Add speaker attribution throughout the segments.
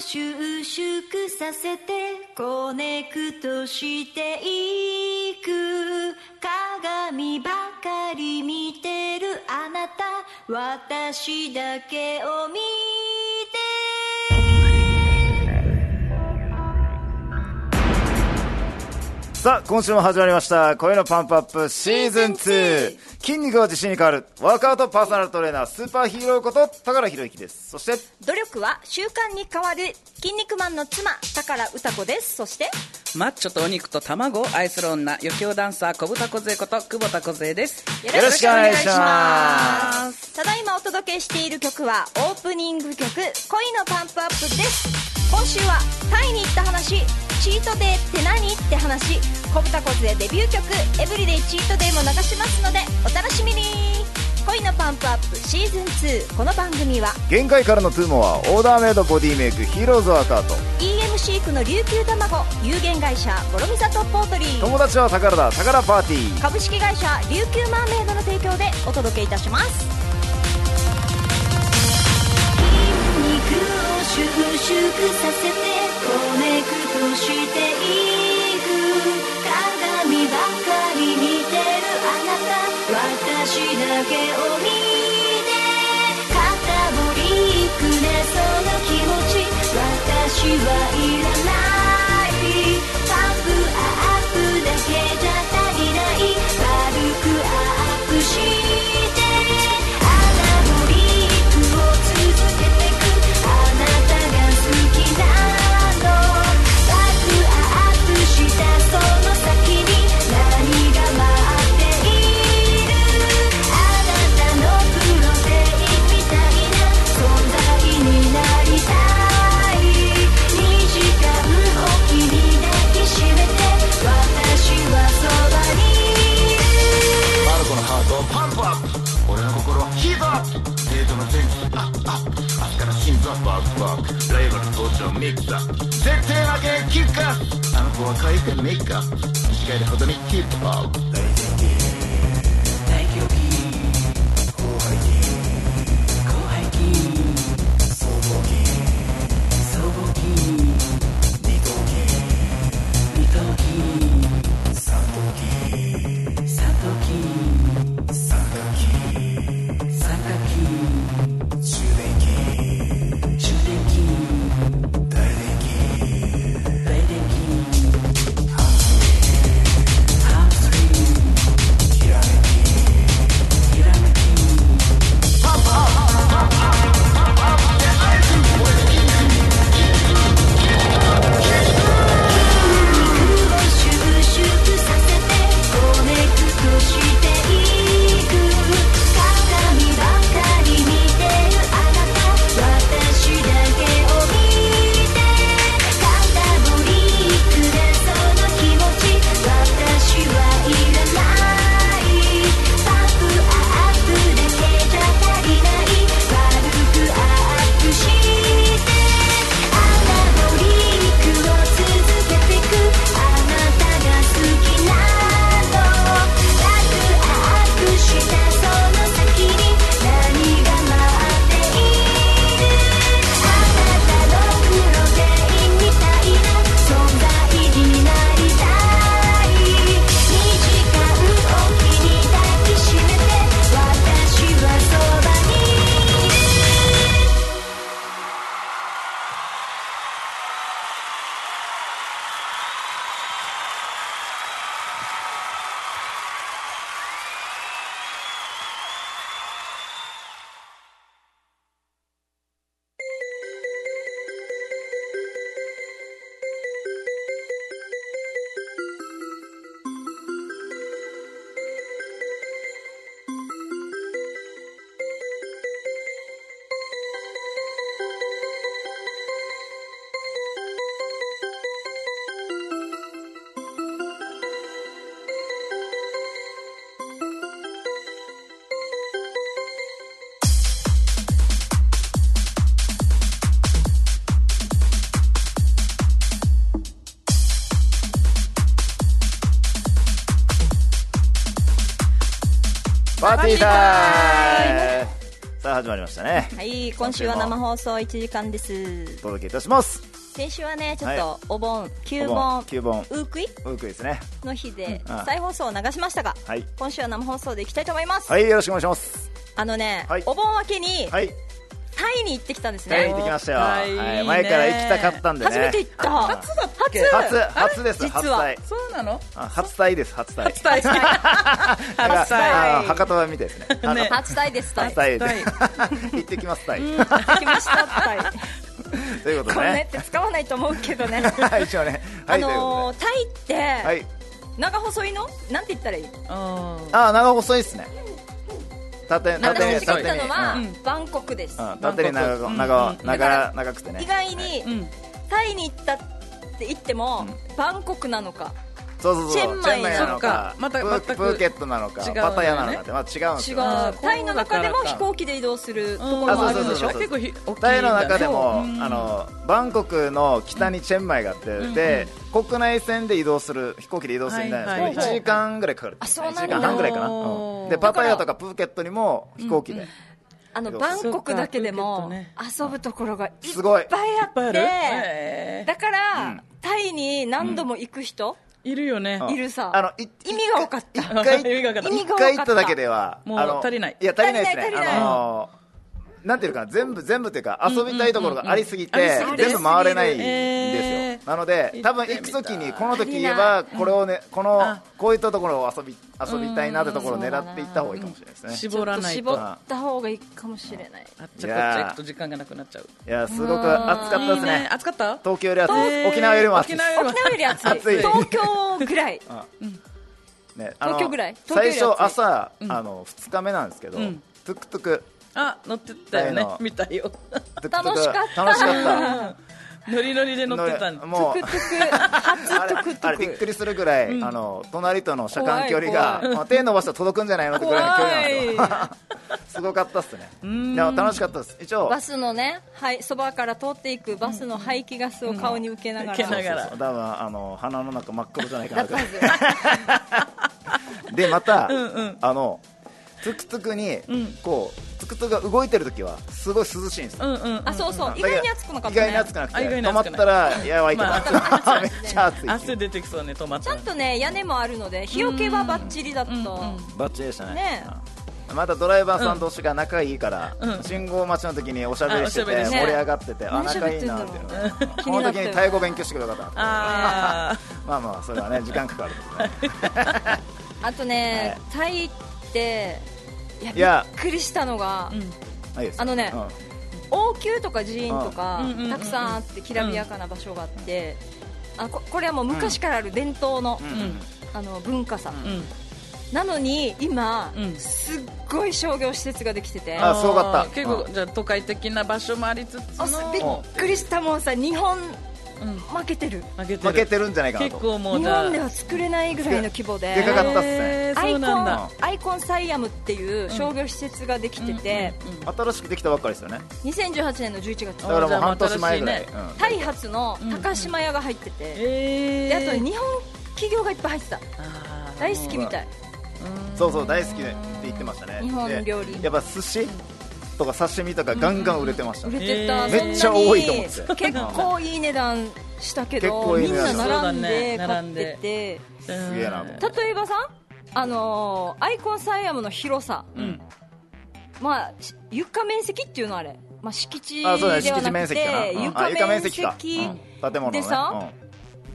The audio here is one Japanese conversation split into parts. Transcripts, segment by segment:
Speaker 1: 収縮させてコネクトしていく鏡ばかり見てるあなた私だけを見て
Speaker 2: さあ、今週も始まりました。声のパンプアップシーズン 2! 筋肉は自信に変わる。ワークアウトパーソナルトレーナー、スーパーヒーローこと、高原博之です。そして、
Speaker 3: 努力は習慣に変わる筋肉マンの妻宝歌子ですそして
Speaker 4: マッチョとお肉と卵を愛する女余興ダンサー小豚梢こと久保田梢です
Speaker 2: よろしくお願いします
Speaker 3: ただいまお届けしている曲はオープニング曲「恋のパンプアップ」です今週はタイに行った話チートデーって何って話小豚コズデビュー曲「エブリデイチートデイ」も流しますのでお楽しみに恋のパンプアップシーズン2この番組は
Speaker 2: 限界からのトゥーモア、オーダーメイドボディメイク、ヒーローズワークアウト。
Speaker 3: EM 飼育の琉球卵有限会社ボロミサトポートリー
Speaker 2: 友達は宝だ、宝パーティー。
Speaker 3: 株式会社琉球マーメイドの提供でお届けいたします
Speaker 1: 肉を収縮させてコネクトしていく鏡ばかり見てるあなた私だけを見て肩ぼりくねその気持ち私はいらないパンプアップだけじゃ足りない軽くアップしてアナボリックを続けてく「あなたが好きなの」「ワクアップしたその先に何が待っている」「あなたのプロテインみたいな存在になりたい」「2時間おきに抱きしめて私はそばにいる」
Speaker 5: マルコのハートをパンプアップ俺の心はヒートアップデートの前日アップアップ明日から心臓バクバクライバル登場ミックスアップ絶対負けないキックアップあの子は可愛くてメイクアップ短いほどにキップアップ
Speaker 1: 「収縮させてコネクトしていく」「鏡ばかり見てるあなた」「私だけを見て」「肩もりくれその気持ち」「私はいらない」「パップアップだけじゃ足りない」「悪くアップして」「アナボリックを続けてく」「あなたが好きなの」「ワクアップしたその先に何が待っている」「あなたのプロテインみたいな存在になりたい」「2時間おきに抱きしめて私はそばにいる」
Speaker 2: パーティータイムさああ始まりましたね
Speaker 1: はい、今週は生放送1時間です。
Speaker 2: お届けいたします
Speaker 1: 先週はね、ちょっ
Speaker 2: は
Speaker 1: とお盆、旧
Speaker 2: お
Speaker 1: 盆、
Speaker 2: 9本
Speaker 1: ウークイ
Speaker 2: ウークですね
Speaker 1: の日で
Speaker 2: うんあ
Speaker 1: 再放送を流しましたが、
Speaker 2: はい
Speaker 1: 今週は生放送でいきたいと思います。
Speaker 2: はいよろしくお願いします
Speaker 1: あのね、
Speaker 2: はい
Speaker 1: お盆明けに
Speaker 2: はい
Speaker 1: タイに行ってきたんです
Speaker 2: はい
Speaker 1: ね。
Speaker 2: できましたよ、
Speaker 4: はい
Speaker 2: はい
Speaker 4: いいね
Speaker 2: 前から行きたかったんでね
Speaker 1: 初めて行った。初
Speaker 4: 初だっけ
Speaker 2: 初
Speaker 1: 初
Speaker 2: 初です
Speaker 1: 実
Speaker 2: 初
Speaker 1: は
Speaker 2: 体
Speaker 4: そうなの
Speaker 2: あ初体です初体
Speaker 4: 初体験初
Speaker 2: あの
Speaker 4: 体
Speaker 2: 博多版みたいですねあの
Speaker 4: ね
Speaker 1: 初タイです。タイ
Speaker 2: 初体です 行ってきます体
Speaker 1: 行ってきました。タイ。
Speaker 2: ということ
Speaker 1: こ
Speaker 2: で
Speaker 1: んなや
Speaker 2: ね
Speaker 1: って使わないと思うけどね。
Speaker 2: はい一応ねは
Speaker 1: あ
Speaker 2: いというこ
Speaker 1: のー、タイ
Speaker 2: とでは
Speaker 1: って
Speaker 2: い
Speaker 1: 長細いの？なんて言ったらいい？
Speaker 4: うん
Speaker 2: あ長細いですね縦
Speaker 1: 私
Speaker 2: 縦に
Speaker 1: が行った
Speaker 2: 縦に
Speaker 1: の
Speaker 2: う
Speaker 1: は
Speaker 2: ん
Speaker 1: バンコクです。
Speaker 2: うん縦に長
Speaker 4: う
Speaker 2: く
Speaker 4: ん
Speaker 2: 長
Speaker 4: うん
Speaker 2: 長長くてね
Speaker 1: 意外に
Speaker 4: うん
Speaker 1: タイに行ったって言ってもバンコクなのか
Speaker 2: そうそうそう
Speaker 1: チェンマイ
Speaker 2: なのか
Speaker 4: そっかまた
Speaker 2: プ
Speaker 4: 全く
Speaker 2: プーケットなのか
Speaker 4: 違うのよね
Speaker 2: パタヤなのかってまた違うんです
Speaker 1: 違う
Speaker 2: よ
Speaker 4: あー
Speaker 1: タイの中でも
Speaker 4: こうだからか
Speaker 1: 飛行機で移動するところ
Speaker 2: あ
Speaker 1: も
Speaker 2: そ
Speaker 1: あ
Speaker 2: うそ
Speaker 1: る
Speaker 2: う
Speaker 1: ん
Speaker 2: そう
Speaker 1: でし
Speaker 2: そう
Speaker 1: ょ
Speaker 4: 結構ひ大きいんだ
Speaker 2: タ
Speaker 4: ね
Speaker 2: イの中でも、
Speaker 4: うん
Speaker 2: あのバンコクの北にチェンマイがあって、で国内線で移動する飛行機で移動するみたいなんですけど、
Speaker 4: はいはい
Speaker 2: 1時間ぐらいかかる
Speaker 1: あそうなんだ
Speaker 2: 1時間半ぐらいかな、
Speaker 4: おー
Speaker 2: うんでパタヤとかプーケットにも飛行機で、
Speaker 1: あのバンコクだけでも遊ぶところがいっ
Speaker 2: すごい
Speaker 1: ぱいあ
Speaker 4: いっぱいあ
Speaker 1: っ
Speaker 4: る
Speaker 1: て
Speaker 4: へ
Speaker 1: だか
Speaker 2: うん
Speaker 1: らタイに何度も行く人
Speaker 4: ーいるよね
Speaker 2: うん
Speaker 1: いるさ
Speaker 2: あのい
Speaker 1: 意味が多かった
Speaker 2: 一回
Speaker 4: 意味が多かった
Speaker 2: 一回行っただけでは
Speaker 4: もう
Speaker 2: あの
Speaker 4: 足りない
Speaker 2: いや足りないですね
Speaker 1: 足りない足りない
Speaker 2: あのなんていうかな全部全部というか遊びたいところがありすぎ
Speaker 4: うんうんうん
Speaker 2: て
Speaker 4: うんありすぎて
Speaker 2: 全部回れないんです
Speaker 4: えー
Speaker 2: よなので多分
Speaker 4: 行って
Speaker 2: 行く
Speaker 4: みたい
Speaker 2: 時にこの時言えばこれをねこの
Speaker 4: あ
Speaker 2: こういったところを遊び遊びたいなってところを狙っていった方がいいかもしれないですね
Speaker 4: 絞らない
Speaker 1: ちょっ
Speaker 4: と
Speaker 1: 絞った方がいいかもしれない
Speaker 4: あっちゃこっちゃ行くと時間がなくなっちゃう
Speaker 2: いやすごく暑かったです
Speaker 4: いいね
Speaker 2: ね
Speaker 4: 暑かった
Speaker 2: 東京より暑
Speaker 4: え
Speaker 2: い
Speaker 4: ー
Speaker 2: 沖縄よりも暑い
Speaker 4: 沖
Speaker 2: です
Speaker 4: 縄よりも
Speaker 1: 沖縄より暑い
Speaker 2: 暑い
Speaker 1: 東京ぐらい
Speaker 2: ねあの
Speaker 1: 東京ぐらい東京より
Speaker 2: 最
Speaker 1: 暑い
Speaker 2: 初朝あの2日目なんですけど
Speaker 4: うん
Speaker 2: トゥクトゥク
Speaker 4: あ乗ってたよ
Speaker 2: タイ
Speaker 4: ね
Speaker 2: の
Speaker 4: 見たよ
Speaker 2: トゥクトゥク
Speaker 1: 楽しかった
Speaker 2: 楽しかっ
Speaker 4: ノリノリで
Speaker 2: た
Speaker 4: 乗ってたんだ
Speaker 2: もう
Speaker 1: トゥクトゥク
Speaker 2: あれあれびっくりするぐらい、あの隣との車間距離が、
Speaker 1: 怖
Speaker 2: まあ、手伸ばしたら届くんじゃないのってぐらいの距離なんですよすごかったっすねでも楽しかったです一応
Speaker 1: バスのね、はい、そばから通っていくバスの排気ガスを顔に受けなが
Speaker 4: 受け
Speaker 1: ら、
Speaker 4: ながら
Speaker 2: そう多分あの鼻の中真っ黒じゃないかなとでまたあのトゥクトゥクに、こうトゥクトゥクが動いてる時はすごい涼しいんですよ、
Speaker 4: うんうん
Speaker 1: あそうそう
Speaker 2: だ
Speaker 1: 意
Speaker 2: けど
Speaker 1: 外に暑くなかっ
Speaker 2: 意
Speaker 1: た
Speaker 2: 外に
Speaker 1: ね
Speaker 2: 暑くなくて
Speaker 4: あ意外に
Speaker 2: 止まっ
Speaker 4: 暑くない
Speaker 2: たらやばいけど、
Speaker 4: ま
Speaker 2: めっちゃ暑い
Speaker 4: 汗出てきそうね止まっ
Speaker 1: ち
Speaker 4: た
Speaker 1: ゃんとね屋根もあるので日よけはバッチリだった
Speaker 2: バッチリでしたね
Speaker 1: ね
Speaker 2: うんまたドライバーさん同士が仲いいから、
Speaker 4: うん
Speaker 2: 信号待ちの時におしゃべりしてて
Speaker 4: あ
Speaker 1: し
Speaker 4: おしゃべり
Speaker 1: て
Speaker 2: 盛り上がってて、あ
Speaker 1: 何しゃ
Speaker 2: 仲
Speaker 1: べっ
Speaker 2: いい
Speaker 1: てんだ
Speaker 2: な
Speaker 1: ろ
Speaker 2: っ
Speaker 1: う
Speaker 2: ていうのが
Speaker 1: 気
Speaker 2: こ
Speaker 1: に
Speaker 2: の
Speaker 1: なった
Speaker 2: 時にタイ語勉強してくればよか ったな
Speaker 4: あ
Speaker 2: まあまあそれはね時間かかる
Speaker 1: あとね、タイっていや
Speaker 2: いや
Speaker 1: びっくりしたのが、
Speaker 4: ん
Speaker 2: ないです
Speaker 1: あのね
Speaker 2: うん
Speaker 1: 王宮とか寺院とか、
Speaker 4: うんうんうんうん
Speaker 1: たくさんあってきらびやかな場所があって、あここれはもう昔からある伝統の,、
Speaker 4: あうん
Speaker 1: あの文化さ、
Speaker 4: うん
Speaker 1: なのに今、
Speaker 4: うん
Speaker 1: すっごい商業施設ができてて
Speaker 2: あすごかった
Speaker 4: ー結構じゃあ都会的な場所もありつつ
Speaker 1: あ
Speaker 4: の
Speaker 1: びっくりしたもんさ日本
Speaker 4: うん
Speaker 1: 負けてる
Speaker 4: 負けてる
Speaker 2: 負けてるんじゃないかな
Speaker 4: 結
Speaker 2: と
Speaker 4: 構もう
Speaker 1: 日
Speaker 4: じゃあ
Speaker 1: 本では作れないぐらいの規模で
Speaker 2: でかかったっすね
Speaker 4: へー
Speaker 1: アイ
Speaker 4: そ
Speaker 1: コ
Speaker 4: う
Speaker 1: ン
Speaker 4: なんだ
Speaker 1: アイコンサイアムっていう商業施設ができてて、
Speaker 2: 新しくできたばっかりですよね
Speaker 1: 2018年の11月
Speaker 2: だからもう
Speaker 4: あ
Speaker 2: 半年前ぐらい
Speaker 4: じ
Speaker 2: うん
Speaker 1: タイ発の高島屋が入ってて、
Speaker 4: え
Speaker 1: であと日本企業がいっぱい入ってた大好きみたい
Speaker 2: そうそう大好きでって言ってましたね
Speaker 1: 日本料理
Speaker 2: でやっぱ寿司とか刺身とかガンガン売れてました
Speaker 1: 売
Speaker 2: ね
Speaker 1: れてた、そんな
Speaker 4: へー
Speaker 1: に
Speaker 2: めっちゃ多いと思って
Speaker 1: 結構いい値段したけ
Speaker 2: 結
Speaker 1: ど
Speaker 2: 構いい
Speaker 1: み
Speaker 2: 値
Speaker 1: んな
Speaker 2: 段
Speaker 1: 並んで
Speaker 4: そうだね
Speaker 1: 買ってて、
Speaker 4: す
Speaker 2: げえなと思っ
Speaker 1: 例えばさあのーアイコンサイアムの広さ、
Speaker 2: ん
Speaker 1: まあし床面積っていうのあれ、まあ、敷地では
Speaker 2: あそうだね敷地
Speaker 1: な
Speaker 2: 面
Speaker 1: く
Speaker 2: 積かな
Speaker 1: て
Speaker 2: うんあ
Speaker 1: 床面
Speaker 2: か
Speaker 1: 積
Speaker 2: うん建物のね
Speaker 1: でさ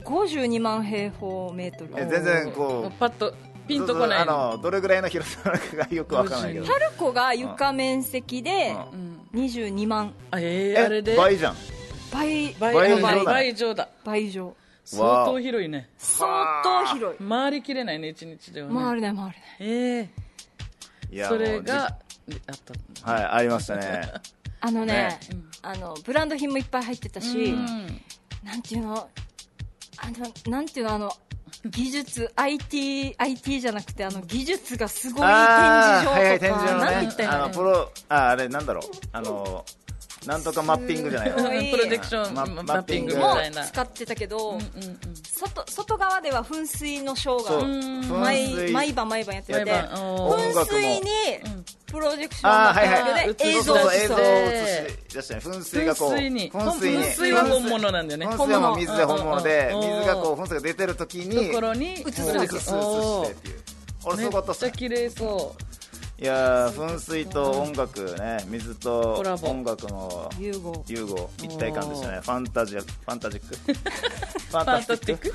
Speaker 2: うん
Speaker 1: 52万平方メートル
Speaker 2: え全然こう
Speaker 4: パッとピンとこな
Speaker 2: そ
Speaker 4: い
Speaker 2: うそうあのどれぐらいの広さなのかがよくわからないけど
Speaker 4: 50
Speaker 1: パルコが床面積で
Speaker 2: うん
Speaker 4: うん
Speaker 1: 22万
Speaker 4: あえーあれ
Speaker 2: え
Speaker 4: で
Speaker 2: 倍じゃん
Speaker 1: 倍
Speaker 4: 倍
Speaker 2: 倍
Speaker 4: 倍
Speaker 2: 以上だね
Speaker 4: 倍以上
Speaker 1: 倍
Speaker 4: だ
Speaker 1: 以上
Speaker 4: 相当広いね
Speaker 1: 相当広い
Speaker 4: 回りきれないね一日ではね
Speaker 1: 回れない回れない
Speaker 4: え
Speaker 2: い
Speaker 4: え
Speaker 2: や
Speaker 4: それ
Speaker 2: もう
Speaker 4: があったんだ
Speaker 2: はいありました ね
Speaker 1: あのね
Speaker 2: ね
Speaker 1: あのブランド品もいっぱい入ってたし、
Speaker 4: うん
Speaker 1: なんていうのあのなんていうのあの技術 IT, IT じゃなくてあの技術がすごい展
Speaker 2: あ
Speaker 1: 示場と
Speaker 2: ー
Speaker 1: か、
Speaker 2: はいはい展示場
Speaker 1: なんて言
Speaker 2: の
Speaker 1: ったらいい
Speaker 2: ねあ
Speaker 1: の
Speaker 2: のプロああれなんだろうあのなんとかマッピングじゃない
Speaker 1: すごい
Speaker 4: プロジェクション
Speaker 2: マ
Speaker 4: マ
Speaker 2: マッ
Speaker 4: ッ
Speaker 2: ピ
Speaker 4: ピ
Speaker 2: ン
Speaker 4: ン
Speaker 2: グ
Speaker 4: グ
Speaker 2: プ
Speaker 4: み
Speaker 2: ロ
Speaker 1: も
Speaker 4: たいな
Speaker 1: 使ってたけど、
Speaker 4: うんうん
Speaker 1: 外外側では噴水のショー
Speaker 2: そう
Speaker 1: が
Speaker 2: 噴
Speaker 1: 毎
Speaker 2: 水
Speaker 1: 毎晩毎晩やってて
Speaker 4: 毎晩おー
Speaker 1: 噴水にプロジェクション
Speaker 2: ああ
Speaker 1: マ
Speaker 2: はい
Speaker 1: ッ
Speaker 2: は
Speaker 1: ピ
Speaker 2: い
Speaker 1: ングで
Speaker 2: そ
Speaker 1: 映
Speaker 2: う
Speaker 1: 像
Speaker 2: そう
Speaker 1: を
Speaker 2: そう
Speaker 1: 映
Speaker 2: 映像
Speaker 1: 像
Speaker 2: を映して出したね噴水がこう
Speaker 6: 噴水に
Speaker 2: に
Speaker 6: 噴水は本物なんだよね
Speaker 2: 噴水はもう
Speaker 1: 本物
Speaker 2: 水で本物で
Speaker 6: うんうんうん
Speaker 2: 水がこう噴水が出てる時に
Speaker 6: ところに
Speaker 1: 映す
Speaker 2: それでスースーしてっていう俺す
Speaker 6: め
Speaker 2: ご
Speaker 6: っ
Speaker 2: かったっす
Speaker 6: ちゃ
Speaker 2: ね
Speaker 6: 綺麗そう
Speaker 2: いやー噴水と音楽ね水と
Speaker 6: コラボ
Speaker 2: 音楽の
Speaker 1: 融合
Speaker 2: 融合一体感でしたねファンタジアファンタジ ックファン
Speaker 6: ファンタスティック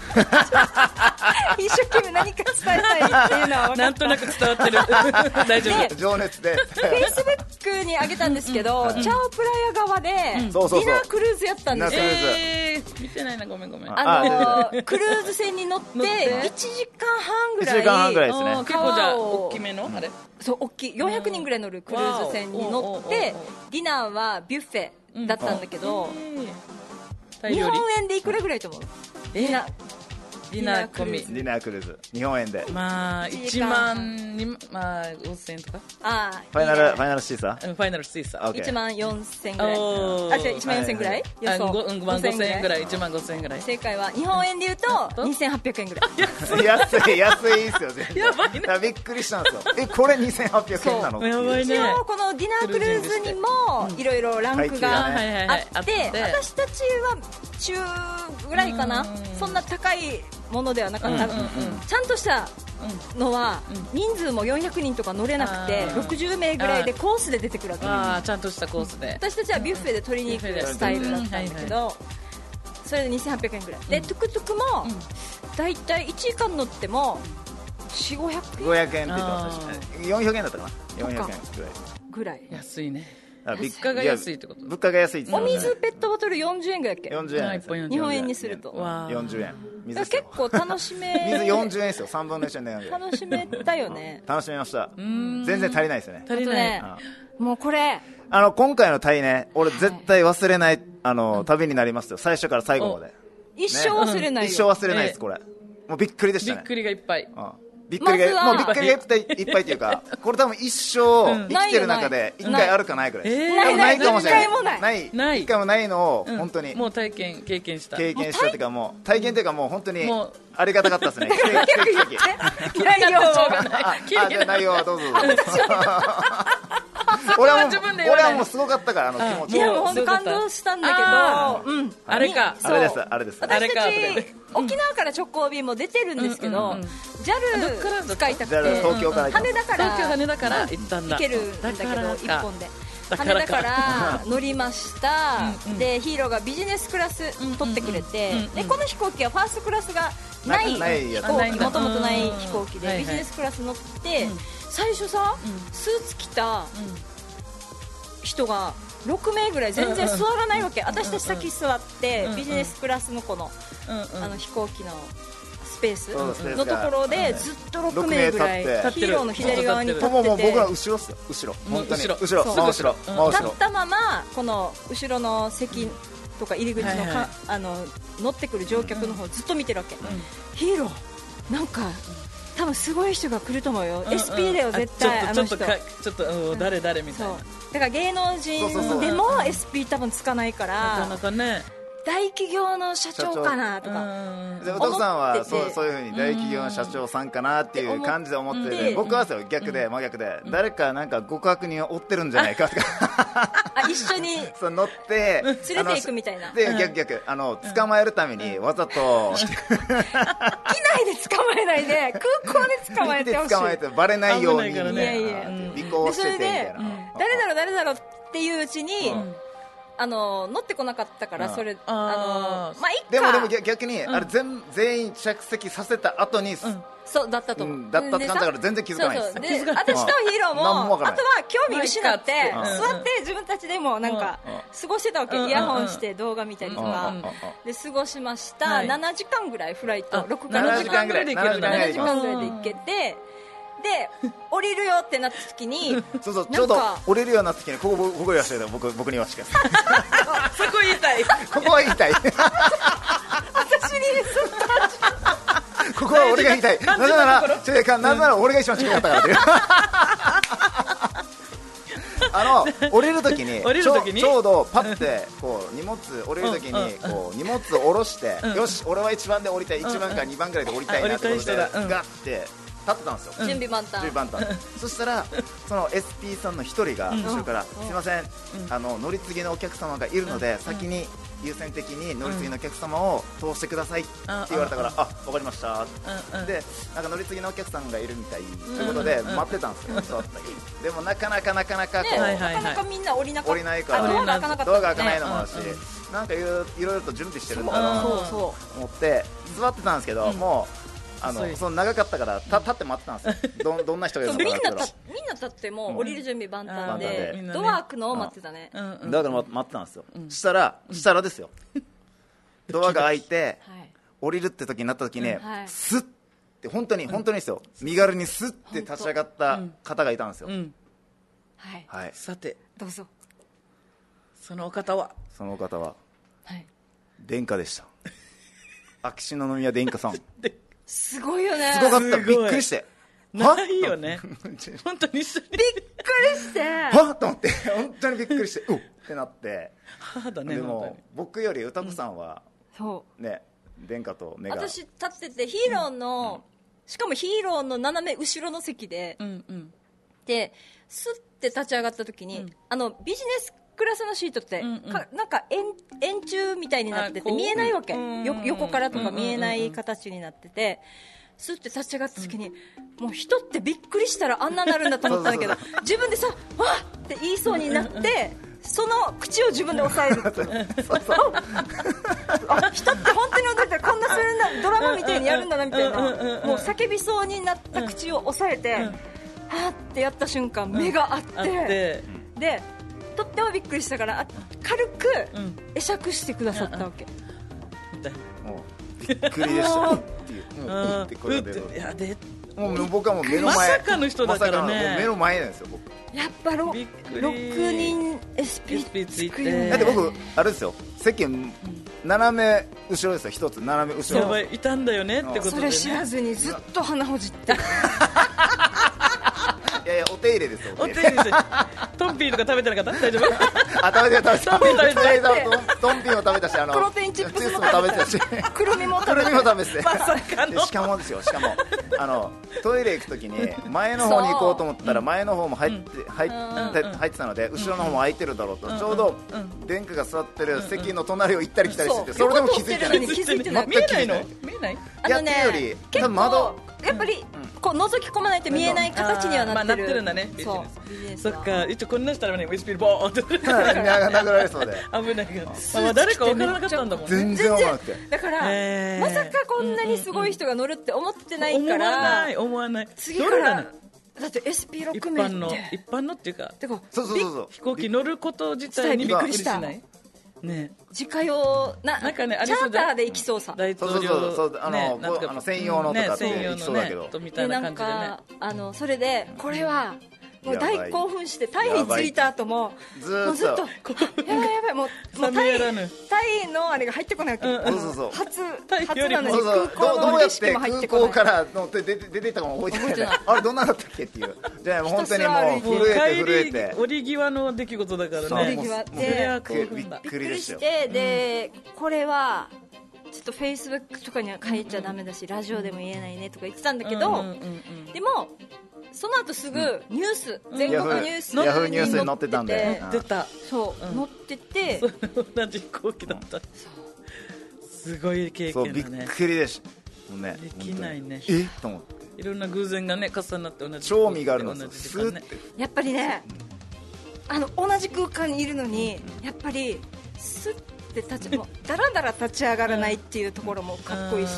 Speaker 1: 一生懸命何か伝えたいっ ていうのは分か
Speaker 6: な
Speaker 1: っ
Speaker 6: んとなく伝わってる大丈夫
Speaker 2: 情熱で
Speaker 1: フェイスブックに上げたんですけど、チャオプラヤ側で、デ
Speaker 2: そうそうそう
Speaker 1: ィナークルーズやったんですよ
Speaker 2: な
Speaker 6: えー、見てないなごめんごめん
Speaker 2: あ
Speaker 1: あのークルーズ船に乗って1時間半ぐ
Speaker 2: 1
Speaker 1: らい
Speaker 2: 時間半ぐらい
Speaker 6: あ
Speaker 2: ですね
Speaker 6: ー結構じゃあ
Speaker 1: 川を
Speaker 6: 大きめのあれ
Speaker 1: そう大きい400人ぐらい乗るクルーズ船に乗っ
Speaker 6: う
Speaker 1: て
Speaker 6: んわ
Speaker 1: ディナーはビュッフェだったんだけど、
Speaker 6: タイ
Speaker 1: 日
Speaker 6: 料
Speaker 1: 本
Speaker 6: 理
Speaker 1: 円でいくらぐらいと思う
Speaker 6: え
Speaker 1: ディナー
Speaker 6: ディナー込み
Speaker 2: ディナークルーズ日本円でフ
Speaker 6: まあ
Speaker 1: 一時
Speaker 6: 1
Speaker 1: 間半
Speaker 6: 万2まあ5000円とか
Speaker 1: ああ
Speaker 2: ァイナル
Speaker 1: いい
Speaker 2: ファイナルシーサー
Speaker 6: うんファイナルスイーサ
Speaker 2: あ
Speaker 6: ー
Speaker 2: オッケ
Speaker 1: 1
Speaker 2: ー
Speaker 1: 万4000円ぐらい
Speaker 6: おー
Speaker 1: あ違う1万4000円ぐらい予
Speaker 6: あ
Speaker 1: 想
Speaker 6: ごうん5万5000円ぐら
Speaker 1: い
Speaker 6: い1万5000円ぐらい
Speaker 1: 正解は日本円で言うと2800円ぐらい
Speaker 2: 安い安いですよ全然
Speaker 6: やばいな
Speaker 2: だからびっくりしたんですよえこれ2800円なのって
Speaker 6: や
Speaker 2: い
Speaker 6: ば
Speaker 2: う
Speaker 6: い
Speaker 1: 一
Speaker 6: ね
Speaker 1: 応このディナークルーズにもいろいろランク
Speaker 2: あ
Speaker 1: が
Speaker 2: ーはい
Speaker 6: はいはい
Speaker 1: あって
Speaker 6: あって
Speaker 1: 私たちは中ぐらいかなそんな高いものではなかった
Speaker 6: うんうんうん
Speaker 1: ちゃんとしたのは人数も400人とか乗れなくて
Speaker 6: あー
Speaker 1: 60名ぐらいでコースで出てくるわけ
Speaker 6: ああちゃんとしたコースで
Speaker 1: 私たちはビュッフェで取りに行くスタイルだったんだけどそれで2800円ぐらいでトゥクトゥクもだいたい1時間乗っても4500円
Speaker 2: 500円って言ってましたね400円だったかな400円ぐらい
Speaker 1: ぐらい
Speaker 6: 安いね
Speaker 2: あびっ
Speaker 6: 物価が安いってこと
Speaker 2: や物価が安いって言
Speaker 1: お
Speaker 2: ってましたね
Speaker 1: 水ペットボトル40円ぐらいだっけ
Speaker 2: 40円で
Speaker 6: 一
Speaker 2: す
Speaker 6: 本40
Speaker 1: 日本円にすると
Speaker 6: わあ
Speaker 2: 40円水
Speaker 1: だ
Speaker 2: です
Speaker 1: から
Speaker 2: よ
Speaker 1: 結構楽しめ
Speaker 2: 水40円ですよ3分の1円で
Speaker 1: 楽しめたよね
Speaker 2: 楽しみました全然足りないですよね
Speaker 6: 足
Speaker 1: あと
Speaker 6: りない
Speaker 1: ねもうこれ
Speaker 2: あの今回のタイね俺絶対忘れないあの旅になりますよ最初から最後まで
Speaker 1: 一生忘れない
Speaker 2: 一生
Speaker 1: よ
Speaker 2: 忘れないです
Speaker 6: ね
Speaker 2: これもうびっくりでし
Speaker 6: びっ
Speaker 2: たね
Speaker 6: くりがいっぱい
Speaker 2: うんびっくりが、
Speaker 1: ま
Speaker 2: もう
Speaker 1: ず
Speaker 2: びっ
Speaker 1: は
Speaker 2: くりがいっぱいいっぱいっていうか、これ多分一生
Speaker 6: ん
Speaker 2: 生きてる中で一
Speaker 1: ない
Speaker 2: 回
Speaker 1: よ
Speaker 2: あるかないぐらいです。
Speaker 6: えー
Speaker 2: 多分ないかもしれない。
Speaker 1: 一回もない
Speaker 2: ない。
Speaker 6: ない
Speaker 2: 一回もないのを
Speaker 6: うん
Speaker 2: 本当に
Speaker 6: もう体験経験した
Speaker 2: 経験したっていうかもう体験っていうかもう本当に
Speaker 6: もう
Speaker 2: ありがたかったですね。奇跡奇 跡奇跡。
Speaker 1: 内容は
Speaker 2: あ、
Speaker 6: 経
Speaker 2: あじゃあ
Speaker 6: 験
Speaker 2: 内容はどうぞどうぞ。 俺はも
Speaker 6: 自分で
Speaker 2: う
Speaker 6: 言わ
Speaker 2: 俺
Speaker 6: ない
Speaker 2: はもうすごかったからあの気持
Speaker 1: い
Speaker 2: ち
Speaker 1: や
Speaker 2: は。
Speaker 1: もう本当感動したんだ
Speaker 6: あ
Speaker 1: けどうん
Speaker 6: あれか
Speaker 2: あれですあれです。
Speaker 6: あれ
Speaker 1: 私
Speaker 6: か
Speaker 1: た
Speaker 6: とか
Speaker 1: ち
Speaker 6: ね
Speaker 1: 沖縄から直行便も出てるんですけ
Speaker 6: う
Speaker 1: ど
Speaker 6: んうんうん
Speaker 1: JAL 使いたくて
Speaker 2: じゃあ東京から行きます
Speaker 1: 羽田から
Speaker 6: 東京羽田から行ったんだ
Speaker 1: 行けるんだけど
Speaker 6: からか
Speaker 1: 1本で
Speaker 6: だから
Speaker 1: 羽
Speaker 6: か
Speaker 1: 田から乗りましたでヒーローがビジネスクラス取ってくれて
Speaker 6: うんうんうん
Speaker 1: でこの飛行機はファーストクラスがない
Speaker 2: なないや
Speaker 1: 飛
Speaker 2: つ
Speaker 1: 行
Speaker 6: ない
Speaker 1: 機
Speaker 6: んだ
Speaker 1: もともとない飛行機
Speaker 6: うんうん
Speaker 1: で
Speaker 6: うん
Speaker 1: ビジネスクラス乗って最初さスーツ着た人が6名ぐらい全然座らないわけ私たち先座って
Speaker 6: うんうん
Speaker 1: ビジネスクラスのこの
Speaker 6: うんうん
Speaker 1: あの飛行機のスペース
Speaker 2: そうですね
Speaker 1: のところでずっと6名ぐらい
Speaker 2: 六名立って
Speaker 1: ヒーローの左側に立
Speaker 2: もうも
Speaker 1: っ
Speaker 2: う
Speaker 1: て
Speaker 2: 僕ら
Speaker 1: て
Speaker 2: 後ろっすよ後ろ
Speaker 6: もう
Speaker 2: 本当に
Speaker 6: 後ろ
Speaker 2: 後ろ
Speaker 6: そう
Speaker 2: 真後
Speaker 6: う
Speaker 2: ろ
Speaker 6: ん
Speaker 2: 真後
Speaker 1: 立
Speaker 2: ろ
Speaker 1: ったままこの後ろの席とか入り口のか
Speaker 6: はいはい
Speaker 1: あの乗ってくる乗客の方ずっと見てるわけヒーローなんか多分すごい人が来ると思うよ
Speaker 6: うんうん
Speaker 1: SP だよ絶対
Speaker 6: あ
Speaker 1: あ
Speaker 6: ちょ
Speaker 1: の
Speaker 6: っとち
Speaker 1: 人
Speaker 6: ょっとかちょっとうん誰誰みた
Speaker 1: そ
Speaker 6: いうな
Speaker 1: だから芸能人
Speaker 2: そうそうそう
Speaker 1: でも SP 多分つかないか
Speaker 6: なからなかね
Speaker 1: 大企業の社長かなと
Speaker 6: う
Speaker 1: か
Speaker 6: ん
Speaker 2: でお父さん
Speaker 1: 思っ
Speaker 2: は
Speaker 1: てて
Speaker 2: そうそういうふうに大企業の社長さんかなっていう感じで思って
Speaker 1: うんう
Speaker 2: て
Speaker 1: ん
Speaker 2: 僕はそう逆で真逆で誰かなんか極悪人を追ってるんじゃないかとか
Speaker 1: あ一緒に
Speaker 2: そう乗って
Speaker 1: 連れて行くみたいな
Speaker 2: あので逆逆あの捕まえるためにわざと
Speaker 1: 機内で捕まえないで空港で 捕まえ
Speaker 2: で
Speaker 1: てほしい
Speaker 2: 捕まえてバレないように
Speaker 6: 危ないから
Speaker 1: ねいやいや
Speaker 2: うん尾行しててみたい
Speaker 1: でそれ
Speaker 2: な
Speaker 1: 誰だろう誰だろうっていううちに、
Speaker 2: うん
Speaker 1: あの乗ってこなかったから、
Speaker 2: うん
Speaker 1: それあ
Speaker 6: あー
Speaker 1: のまあいっか
Speaker 2: でもでも逆逆にあれ全全員着席させた後に
Speaker 1: そうだったと思う、
Speaker 2: うんだったって感じだから全然気づかないです
Speaker 1: そうそう
Speaker 2: 気
Speaker 1: で
Speaker 2: づかない
Speaker 1: 私とヒーロー
Speaker 2: 何も
Speaker 1: も
Speaker 2: わから
Speaker 1: あ
Speaker 2: ない
Speaker 1: とは興味失って
Speaker 6: まあいっかって
Speaker 1: 座って自分たちでもなんか
Speaker 2: うん
Speaker 1: 過ごしてたわけ、
Speaker 6: うん
Speaker 1: イヤホンして動画見たりとか、
Speaker 2: うんうんうん
Speaker 1: で過ごしました、
Speaker 6: はい
Speaker 1: 7時間ぐらいフライト
Speaker 6: あ
Speaker 1: 6か
Speaker 2: 7
Speaker 1: 7
Speaker 2: 時
Speaker 1: 時間
Speaker 2: 間ぐ
Speaker 1: ぐ
Speaker 2: ら
Speaker 1: ら
Speaker 2: い
Speaker 1: い
Speaker 2: 7時間ぐらい
Speaker 1: 7時間ぐらい
Speaker 2: できます
Speaker 1: で行けてで降りるよってなった時に
Speaker 2: そうそ
Speaker 1: なん
Speaker 2: う
Speaker 1: か
Speaker 2: ちょうど折れるようになってきてここ僕僕いらっしゃる僕僕に言わせてください
Speaker 6: そこ言いたい
Speaker 2: ここは言いたい
Speaker 1: 私に
Speaker 2: ここは俺が言いたいなぜならちょいかなぜなら俺が一番近かったから っていうあの降りるときに
Speaker 6: 降りる時に
Speaker 2: ちょちょうどパッてこう荷物降りるときにこう荷物を下ろして、よし俺は一番で降りたい一番か二番ぐらいで降りたいなってことで
Speaker 6: あ降りたい人だうん
Speaker 2: ガッて立ってたんですよ、
Speaker 1: 準備万端
Speaker 2: 10番だそしたらその SP さんの一人が後ろから、すいません、あの乗り継ぎのお客様がいるので、先に優先的に乗り継ぎのお客様を通してくださいって言われたから、あわかりました、でなんか乗り継ぎのお客さんがいるみたいということで、待ってたんですよ、座ったりでもなかなかなかなかこう、
Speaker 1: ね
Speaker 4: はいはい
Speaker 1: なかなかみんな降りなかった
Speaker 2: 降りないから
Speaker 1: あドアが開かなかった
Speaker 2: ドアが開かないのもあるし、
Speaker 4: うんうん
Speaker 2: なんかいろいろと準備してるんだなと
Speaker 1: そうそ
Speaker 2: 思って座ってたんですけど、もうあ
Speaker 4: 遅
Speaker 2: の
Speaker 4: い
Speaker 2: その長かったからた立って待ってたんですよどんどん な人がいうる
Speaker 1: そう
Speaker 2: のか
Speaker 1: みん
Speaker 2: な
Speaker 1: な
Speaker 2: っ
Speaker 1: 立っ
Speaker 2: て
Speaker 1: みんな立ってもう降りる準備万端で
Speaker 2: うん
Speaker 4: 万端で
Speaker 1: ドア開くのを待ってたね
Speaker 4: うんうん
Speaker 2: だからま待ってたんですよ、したらしたらですよドアが開いて
Speaker 1: はい
Speaker 2: 降りるって時になった時に、
Speaker 1: はい
Speaker 2: スッって本当に本当にですよ、身軽にスッて立ち上がった方がいたんですよ、
Speaker 4: うん
Speaker 1: はい
Speaker 2: はい
Speaker 4: さて
Speaker 1: どうぞ
Speaker 4: そのお方は
Speaker 2: その方は
Speaker 1: はい
Speaker 2: 殿下でした 秋篠宮殿下さんす
Speaker 1: すごいよね
Speaker 2: ごかった
Speaker 4: すご
Speaker 2: び
Speaker 4: い
Speaker 2: っくりしては
Speaker 4: ないよね本当に一緒に
Speaker 1: びっくりして
Speaker 2: はっと思って本当にびっく りしてうっってなって
Speaker 4: 母だね
Speaker 2: で
Speaker 4: 本
Speaker 2: も僕より歌子さんは
Speaker 1: そう
Speaker 2: ね殿下と目が
Speaker 1: 私立っててヒーローの、しかもヒーローの斜め後ろの席で、
Speaker 4: 当にうんうん
Speaker 1: でスッて立ち上がった時に、あのビジネスクラスのシートって、
Speaker 4: んうん
Speaker 1: かなんか円円柱みたいになって
Speaker 4: あ
Speaker 1: て
Speaker 4: こう
Speaker 1: 見えないわけ、
Speaker 4: うん
Speaker 1: よ横からとか見えない形になってて。スッて立ち上がった時に、もう人ってびっくりしたらあんななるんだと思ったんだけど自分でさ「わっ!」って言いそうになってその口を自分で押さえるっていう
Speaker 2: そうそう
Speaker 1: あ人って本当に驚いてるこんなするんだドラマみたいにやるんだなみたいなもう叫びそうになった口を押さえてはーってやった瞬間目が合っ
Speaker 4: あってて
Speaker 1: でとってもびっくりしたからあ軽く
Speaker 4: ん
Speaker 1: 会釈してくださったわけ
Speaker 4: みたいな
Speaker 2: もうびっくりでしたうっていうもううってこれが出
Speaker 4: う
Speaker 2: る
Speaker 4: んいやで
Speaker 2: もう僕はもう目の前
Speaker 4: まさかの人だからね
Speaker 2: まさかのもう目の前なんですよ僕
Speaker 1: やっぱろ
Speaker 4: びっくり
Speaker 1: 6人 SP
Speaker 4: SP ついて
Speaker 1: 作る
Speaker 2: だって僕あれですよ席斜め後ろですよ一つ斜め後
Speaker 4: や
Speaker 2: ろ
Speaker 4: ばいいたんだよねってことでね
Speaker 1: それ知らずにずっと鼻ほじって
Speaker 2: いやいやお手入れですよ
Speaker 4: お手 入れしてトンピーとか食べてなかった大丈夫
Speaker 2: あ食べてた食べてた
Speaker 4: 食べて
Speaker 2: 食べてたトンピンも食べたしあの
Speaker 1: プロテインチップスも
Speaker 2: も食べてたし
Speaker 1: 黒 身も
Speaker 2: そ
Speaker 1: 食べ
Speaker 2: れ
Speaker 1: て
Speaker 2: にも食べてて
Speaker 4: まさか
Speaker 2: で
Speaker 4: の
Speaker 2: しかもですよしかもあのトイレ行くときに前の方に行こうと思ったら前の方も入って、入って入ってたので後ろの方も空いてるだろうと、ちょうど殿下が座ってる席の隣を行ったり来たりしてて、
Speaker 1: そう
Speaker 2: それでも気づいてない
Speaker 1: 横通ってるのに気づいてない
Speaker 4: 見えないの
Speaker 2: 全
Speaker 4: 見えない
Speaker 1: あ
Speaker 2: や
Speaker 1: の
Speaker 2: って
Speaker 1: ね
Speaker 2: るより多
Speaker 1: 結構
Speaker 2: 分窓
Speaker 1: やっぱりこう覗き込まないと見えない形にはなってる、
Speaker 4: うんあーまあなってるんだね
Speaker 1: そうビジネス
Speaker 4: そ
Speaker 1: は
Speaker 4: っか一応こんなんしたらねウィスピーボーンって
Speaker 2: 殴られそうで
Speaker 4: 危ないからまあ誰か分からなかったんだもんね
Speaker 2: 全然思わなくて
Speaker 1: だから、
Speaker 4: ねえ
Speaker 1: まさかこんなにすごい人が乗るって思ってない
Speaker 4: 思
Speaker 1: か
Speaker 4: わ
Speaker 1: ら、
Speaker 4: ない思わない
Speaker 1: 次か
Speaker 4: どれ
Speaker 1: ら
Speaker 4: な
Speaker 1: だ
Speaker 4: の
Speaker 1: って SP6
Speaker 4: 一
Speaker 1: 名
Speaker 4: 般
Speaker 1: っ
Speaker 4: の
Speaker 1: て
Speaker 4: 一般のっていうか
Speaker 1: てか
Speaker 2: そうそうそうそう
Speaker 4: 飛行機乗ること自体にびっくりしないね
Speaker 1: 自家用な
Speaker 4: なんかねあ
Speaker 1: チ
Speaker 4: りそ
Speaker 1: ャー
Speaker 4: う
Speaker 1: タ
Speaker 4: だ
Speaker 1: ーで行きそうさ
Speaker 4: 大
Speaker 2: そう
Speaker 4: 統
Speaker 2: そうそうそう
Speaker 4: 領
Speaker 2: あの、
Speaker 4: ね
Speaker 2: こう
Speaker 4: なんか
Speaker 2: あの専用のと
Speaker 4: ね
Speaker 2: かって
Speaker 4: 専用
Speaker 2: 行き
Speaker 4: の
Speaker 2: そうだけ
Speaker 4: ね
Speaker 2: ど、
Speaker 4: とみた
Speaker 1: で
Speaker 4: いな
Speaker 1: なん
Speaker 4: 感じでね
Speaker 1: かあのそれでこれはもう
Speaker 2: やばい
Speaker 1: 大興奮してタイに着いた後も
Speaker 2: ずーっと
Speaker 1: もうずっとやばいやばいも うもうタ
Speaker 4: 冷め
Speaker 1: イ
Speaker 4: やらぬ
Speaker 1: タイのあれが入ってこないわけ、
Speaker 4: うんうん
Speaker 1: あの
Speaker 2: そうそう
Speaker 1: 初
Speaker 4: タイ
Speaker 1: 初
Speaker 4: より
Speaker 1: な
Speaker 4: も
Speaker 1: の
Speaker 2: そ
Speaker 1: に
Speaker 2: うそう
Speaker 1: 空
Speaker 2: ど
Speaker 1: 港
Speaker 2: ど
Speaker 1: の
Speaker 2: う
Speaker 1: 景
Speaker 2: やっ
Speaker 1: 色
Speaker 2: て
Speaker 1: も入っ
Speaker 2: 空
Speaker 1: てこな
Speaker 2: 港
Speaker 1: い
Speaker 2: からの出て出てたかも覚えてない
Speaker 1: 覚えてない
Speaker 2: あれどんなだったっけっていうじゃあもう本当にもう
Speaker 4: も
Speaker 2: 震
Speaker 4: う
Speaker 2: えて
Speaker 4: 帰
Speaker 2: 震え
Speaker 4: り
Speaker 2: て
Speaker 4: 折り際の出来事だからね
Speaker 2: そう
Speaker 1: り際
Speaker 4: それは興
Speaker 2: び
Speaker 4: 奮だ
Speaker 2: っ
Speaker 1: びっ
Speaker 2: く
Speaker 1: く
Speaker 2: りで
Speaker 1: り
Speaker 2: した
Speaker 1: し
Speaker 2: よ
Speaker 1: てでこれはちょっとフェイスブックとかには書いちゃダメだしラジオでも言えないねとか言ってたんだけど、
Speaker 4: うんうんうん
Speaker 1: でもその後すぐニュース、全
Speaker 2: ヤ
Speaker 1: 国の
Speaker 2: フ
Speaker 1: ニュース
Speaker 2: ーヤフーニュースに載ってたんで
Speaker 4: 出た
Speaker 1: そう、
Speaker 4: うん
Speaker 1: 載ってて
Speaker 4: それ同じ飛行機だったすごい経
Speaker 2: そう
Speaker 4: 験
Speaker 2: びっ
Speaker 4: だね
Speaker 2: くりでしたもうね
Speaker 4: できないね
Speaker 2: 本当にえと思って
Speaker 4: いろんな偶然がね重なって同じ
Speaker 2: 超身軽なんです
Speaker 4: 同
Speaker 2: よス
Speaker 4: じ
Speaker 2: ーっ
Speaker 4: 時間
Speaker 2: て
Speaker 4: ね
Speaker 1: やっぱりねあの同じ空間にいるのにやっぱりスッて立ちもうだらだら立ち上がらないっていうところもかっこいいし。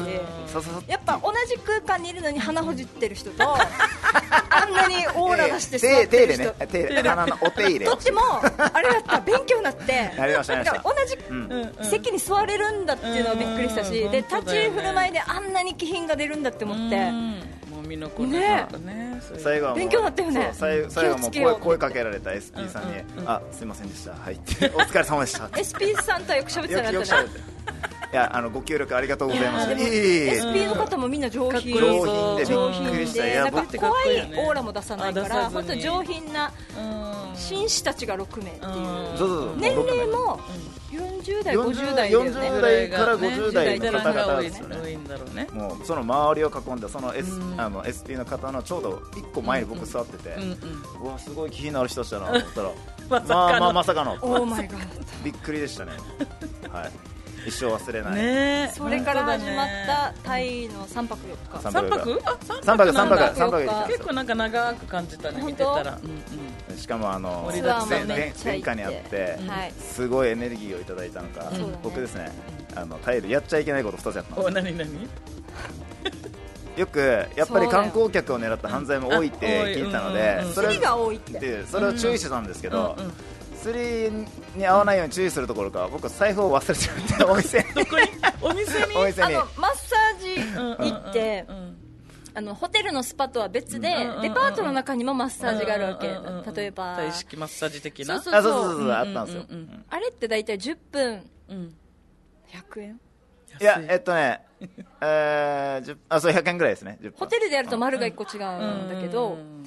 Speaker 2: さささって
Speaker 1: やっぱ同じ空間にいるのに鼻ほじってる人と あんなにオーラ出して座
Speaker 2: 手
Speaker 1: っ
Speaker 2: 手
Speaker 1: て
Speaker 2: 入
Speaker 1: る
Speaker 2: れ
Speaker 1: 人
Speaker 2: ね手入れ鼻のお手入 れ
Speaker 1: どっちもあれだった勉強になって
Speaker 2: なりましたなり
Speaker 1: だ
Speaker 2: ました
Speaker 1: から同じ席に座れるんだっていうのはびっくりしたし
Speaker 4: うん
Speaker 1: で
Speaker 4: 本
Speaker 1: 立
Speaker 4: 当
Speaker 1: ち
Speaker 4: だよね
Speaker 1: 振る舞いであんなに気品が出るんだって思って
Speaker 4: うんもう身のこなかったねそういう
Speaker 2: 最後はもう
Speaker 1: 勉強になったよね
Speaker 2: そう最後最後はも
Speaker 1: 気を
Speaker 2: う
Speaker 1: つけよう
Speaker 2: 声声かけられた SP さんに「あすいませんでした」はい って「お疲れ様でした」
Speaker 1: SP さんとはよく喋って
Speaker 2: よ
Speaker 1: たな
Speaker 2: くよ
Speaker 1: っ
Speaker 2: く
Speaker 1: た
Speaker 2: 喋
Speaker 1: ね
Speaker 2: っていやあのご協力ありがとうございまし
Speaker 1: で
Speaker 2: た
Speaker 1: も
Speaker 2: いえいえいえ
Speaker 1: SP の方もみんな上品
Speaker 4: かっこいいぞ
Speaker 2: 上
Speaker 4: 上
Speaker 2: 品でびっくり
Speaker 4: 品
Speaker 2: した
Speaker 4: で
Speaker 2: や
Speaker 1: なん
Speaker 2: ば
Speaker 1: か
Speaker 2: い
Speaker 4: ってかっ
Speaker 1: 怖
Speaker 4: こいい
Speaker 1: い
Speaker 4: よね
Speaker 1: オーラも出さないか
Speaker 4: あ
Speaker 1: ら
Speaker 4: 出さ
Speaker 1: 本
Speaker 4: ず
Speaker 1: 当
Speaker 4: に
Speaker 1: 上品な
Speaker 4: うん
Speaker 1: 紳士たちが6名っていう
Speaker 2: そうそうそ
Speaker 1: 年
Speaker 2: うもう
Speaker 1: 齢
Speaker 2: 六名
Speaker 1: も40 40代50
Speaker 2: 40
Speaker 1: 代だよね
Speaker 2: 40代から50代
Speaker 1: の
Speaker 2: 方々
Speaker 4: で
Speaker 2: ですすよ
Speaker 4: よね
Speaker 2: ね
Speaker 4: 多いんだろうね
Speaker 2: もうその周りを囲んだその S、あの SP の方のちょうど一個前に僕座ってて、
Speaker 4: うんう
Speaker 2: う
Speaker 4: ん
Speaker 2: わすごい気になる人たちだなと思っ たら
Speaker 4: まさかの
Speaker 2: まあまあまさかの
Speaker 1: オーマ イガー
Speaker 2: びっくりでしたね、はい、一生忘れない、
Speaker 4: ねえ
Speaker 1: それから始まったタイの3泊4日
Speaker 2: 三
Speaker 4: 三泊あ
Speaker 2: 三泊
Speaker 4: なん
Speaker 2: 三
Speaker 4: だ
Speaker 2: 泊三泊できたんです
Speaker 4: 結
Speaker 2: よ
Speaker 4: 構なんか長く感じたね見
Speaker 1: 本
Speaker 4: て
Speaker 1: 当
Speaker 4: たらうんうん
Speaker 2: しかもあの
Speaker 4: 盛り
Speaker 1: ツア
Speaker 4: だくさ
Speaker 1: ー
Speaker 2: 前
Speaker 1: も
Speaker 4: ん
Speaker 1: めっ
Speaker 2: 前
Speaker 1: ちゃ
Speaker 2: 前
Speaker 1: 行って
Speaker 2: 回にあって、
Speaker 1: はい
Speaker 2: すごいエネルギーをいただいたのか、
Speaker 1: そうだね
Speaker 2: 僕ですねあのタイルやっちゃいけないこと2つやった
Speaker 4: お
Speaker 2: の
Speaker 4: 何何
Speaker 2: よくやっぱり観光客を狙った犯罪も多いっ
Speaker 4: うんあ
Speaker 2: て
Speaker 4: 多い
Speaker 2: 聞いたの
Speaker 4: うん
Speaker 2: で
Speaker 4: うんうん
Speaker 2: それ
Speaker 1: 釣りが多いって
Speaker 2: でそれを注意してたんですけど、
Speaker 4: うんうん
Speaker 2: 釣りに合わないように注意するところか僕は財布を忘れちゃってお店に
Speaker 4: ど こにお店に
Speaker 2: お店
Speaker 1: あ
Speaker 2: に
Speaker 1: のマッサージ行って
Speaker 4: うんうん
Speaker 1: あのホテルのスパとは別で
Speaker 4: うん
Speaker 1: デパートの中にもマッサージがあるわ
Speaker 4: うんうんうんうん
Speaker 1: け例えば
Speaker 4: 体式マッサージ的な
Speaker 1: そう
Speaker 2: あそうそうそうそう、
Speaker 4: ん
Speaker 2: あったんですよ、
Speaker 4: うんうん
Speaker 1: あれって大体10分
Speaker 4: うん
Speaker 1: 100円
Speaker 2: いや
Speaker 4: 安
Speaker 2: えっとねえー、10あそう100円ぐらいですね10分
Speaker 1: ホテルでやると丸が1個違うんだけど、
Speaker 4: うん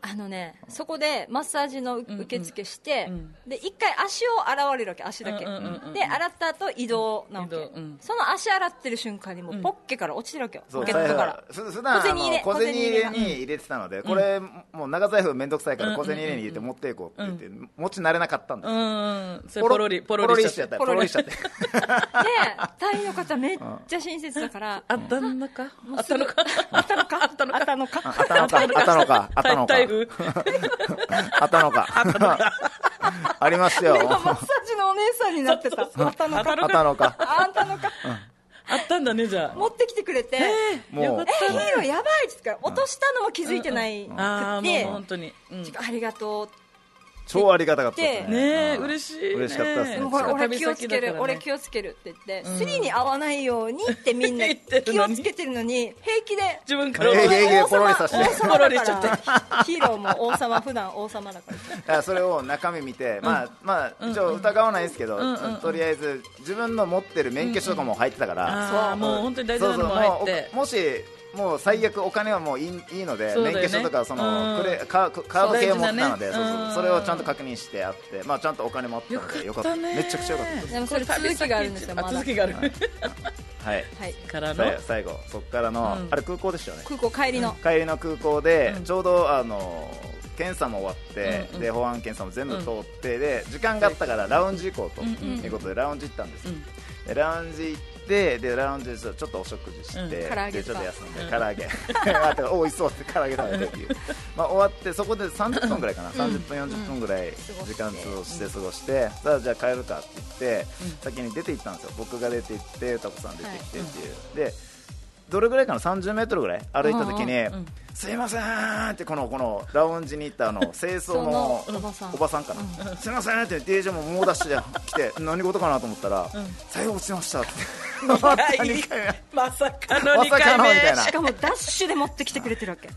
Speaker 1: あのねそこでマッサージの受受付して、
Speaker 4: うん
Speaker 1: で一回足を洗われるわけ足だけ、
Speaker 4: うんうんうんうん
Speaker 1: で洗った後移動なわけ、
Speaker 4: 移動うん
Speaker 1: その足洗ってる瞬間にもうポッケから落ちてるわけよ、
Speaker 2: そう
Speaker 1: ポケットから
Speaker 2: 財布ふ普段あ
Speaker 1: 小銭入れ
Speaker 2: の小銭入
Speaker 1: 小
Speaker 2: れ
Speaker 1: 銭入れ
Speaker 2: に入れてたので、これもう長財布面倒くさいから小銭入れに入れて持っていこうって言って持ち慣れなかったんです、
Speaker 4: うんそれポロリポ
Speaker 2: ポ
Speaker 4: ロ
Speaker 2: ロ
Speaker 4: リ
Speaker 2: リし
Speaker 4: しち
Speaker 2: ち
Speaker 4: ゃ
Speaker 2: ゃ
Speaker 4: っ
Speaker 2: ったたポロリしちゃって
Speaker 1: でタイの方めっちゃ親切だから
Speaker 4: あったのかあったのか
Speaker 1: あったのかあったのかあったのか
Speaker 2: あったのかあったのかあったの か
Speaker 4: 台風
Speaker 2: あったのかありますよ
Speaker 1: マッサージのお姉さんになってたあったの
Speaker 4: あ
Speaker 1: か
Speaker 4: たの
Speaker 2: あった
Speaker 4: か
Speaker 2: のか
Speaker 1: あんたのか
Speaker 4: あったんだねじゃあ
Speaker 1: 持ってきてくれて、
Speaker 2: もう
Speaker 4: よかっ
Speaker 1: えヒーローやばいっつってから落としたのも気づいてないくって、
Speaker 4: たあーもう本当にうん
Speaker 1: ちょっとありがとうって
Speaker 2: 超ありがたかったですね
Speaker 4: ねえ
Speaker 2: うん
Speaker 4: 嬉しいね
Speaker 2: 嬉しかったです
Speaker 1: でも
Speaker 2: ね
Speaker 1: これ俺
Speaker 4: 旅
Speaker 1: 気を
Speaker 4: 先
Speaker 1: つけ
Speaker 4: だから
Speaker 1: る、
Speaker 4: ね
Speaker 1: 俺気をつけるって言って、スリに合わないようにってみんな
Speaker 4: 言ってる
Speaker 1: 気
Speaker 4: の
Speaker 1: を
Speaker 4: に
Speaker 1: つけてるのに平気で
Speaker 4: 自分か
Speaker 2: えい
Speaker 4: ら
Speaker 2: えいえポロリ
Speaker 1: 王
Speaker 2: させ
Speaker 1: 様
Speaker 2: て
Speaker 1: 王様だ
Speaker 4: ポロリしちゃって
Speaker 1: からヒーローも王様普段王様だから
Speaker 2: だからそれを中身見て、まあまあ一応疑わないですけど、とりあえず自分の持ってる免許証とかも入ってたから、
Speaker 4: あーもう本当に大事なのも
Speaker 2: そう
Speaker 4: 入
Speaker 2: そうも
Speaker 4: っ
Speaker 2: う
Speaker 4: て
Speaker 2: おもしもう最悪お金はもういいいいので、
Speaker 4: そうだ
Speaker 2: 免
Speaker 4: よね
Speaker 2: 許証とかその、
Speaker 4: うん
Speaker 2: クレカカード系を持ってたので
Speaker 4: そ
Speaker 2: そうう、
Speaker 4: 大
Speaker 2: そう
Speaker 4: 事なね
Speaker 2: うんそれをちゃんと確認してあって、まあ、ちゃんとお金もあったので
Speaker 4: よ
Speaker 2: よ
Speaker 4: か
Speaker 2: か
Speaker 4: っ
Speaker 2: ったた
Speaker 4: ね
Speaker 2: めちゃくちゃよかったです
Speaker 1: でもそれ続きがあるんですよまだ
Speaker 4: 続
Speaker 1: は
Speaker 4: き
Speaker 1: い
Speaker 4: がある
Speaker 2: はい
Speaker 4: からの
Speaker 2: さい最後そこからの、
Speaker 4: うん
Speaker 2: あれ空港でしたよね
Speaker 1: 空港帰りの
Speaker 2: 帰りの空港で、
Speaker 4: うん
Speaker 2: ちょうどあの検査も終わって、
Speaker 4: うんうん
Speaker 2: で保安検査も全部通って、で時間があったからラウンジ行こうと、
Speaker 4: うんうん
Speaker 2: いうことでラウンジ行ったんですよ、
Speaker 4: うん
Speaker 2: でラウンジ行ってでラウンジでちょっとお食事して、
Speaker 4: うん唐揚
Speaker 1: げとか
Speaker 2: でちょっと休んで、唐揚げ あとおいしそうって唐揚げ食べてっていう、まあ、終わってそこで30分ぐらいかな、30分40分ぐらい時間過ごして過ごして、さあじゃあ帰るかって言って、先に出て行ったんですよ僕が出て行ってタコさん出て行ってっていう、でどれぐらいかな30メートルぐらい歩いた時に、
Speaker 4: ん
Speaker 2: すいませんってこのこのラウンジに行ったあの清掃の
Speaker 1: そのおばさん
Speaker 2: おばさんかな、すいませんって DJ も猛ダッシュで来て何事かなと思ったら、最後落ちましたって
Speaker 4: まさかの
Speaker 2: ま
Speaker 4: 2
Speaker 2: さか
Speaker 4: 回
Speaker 2: の
Speaker 4: 目
Speaker 2: みたいな
Speaker 1: しかもダッシュで持ってきてくれてるわけ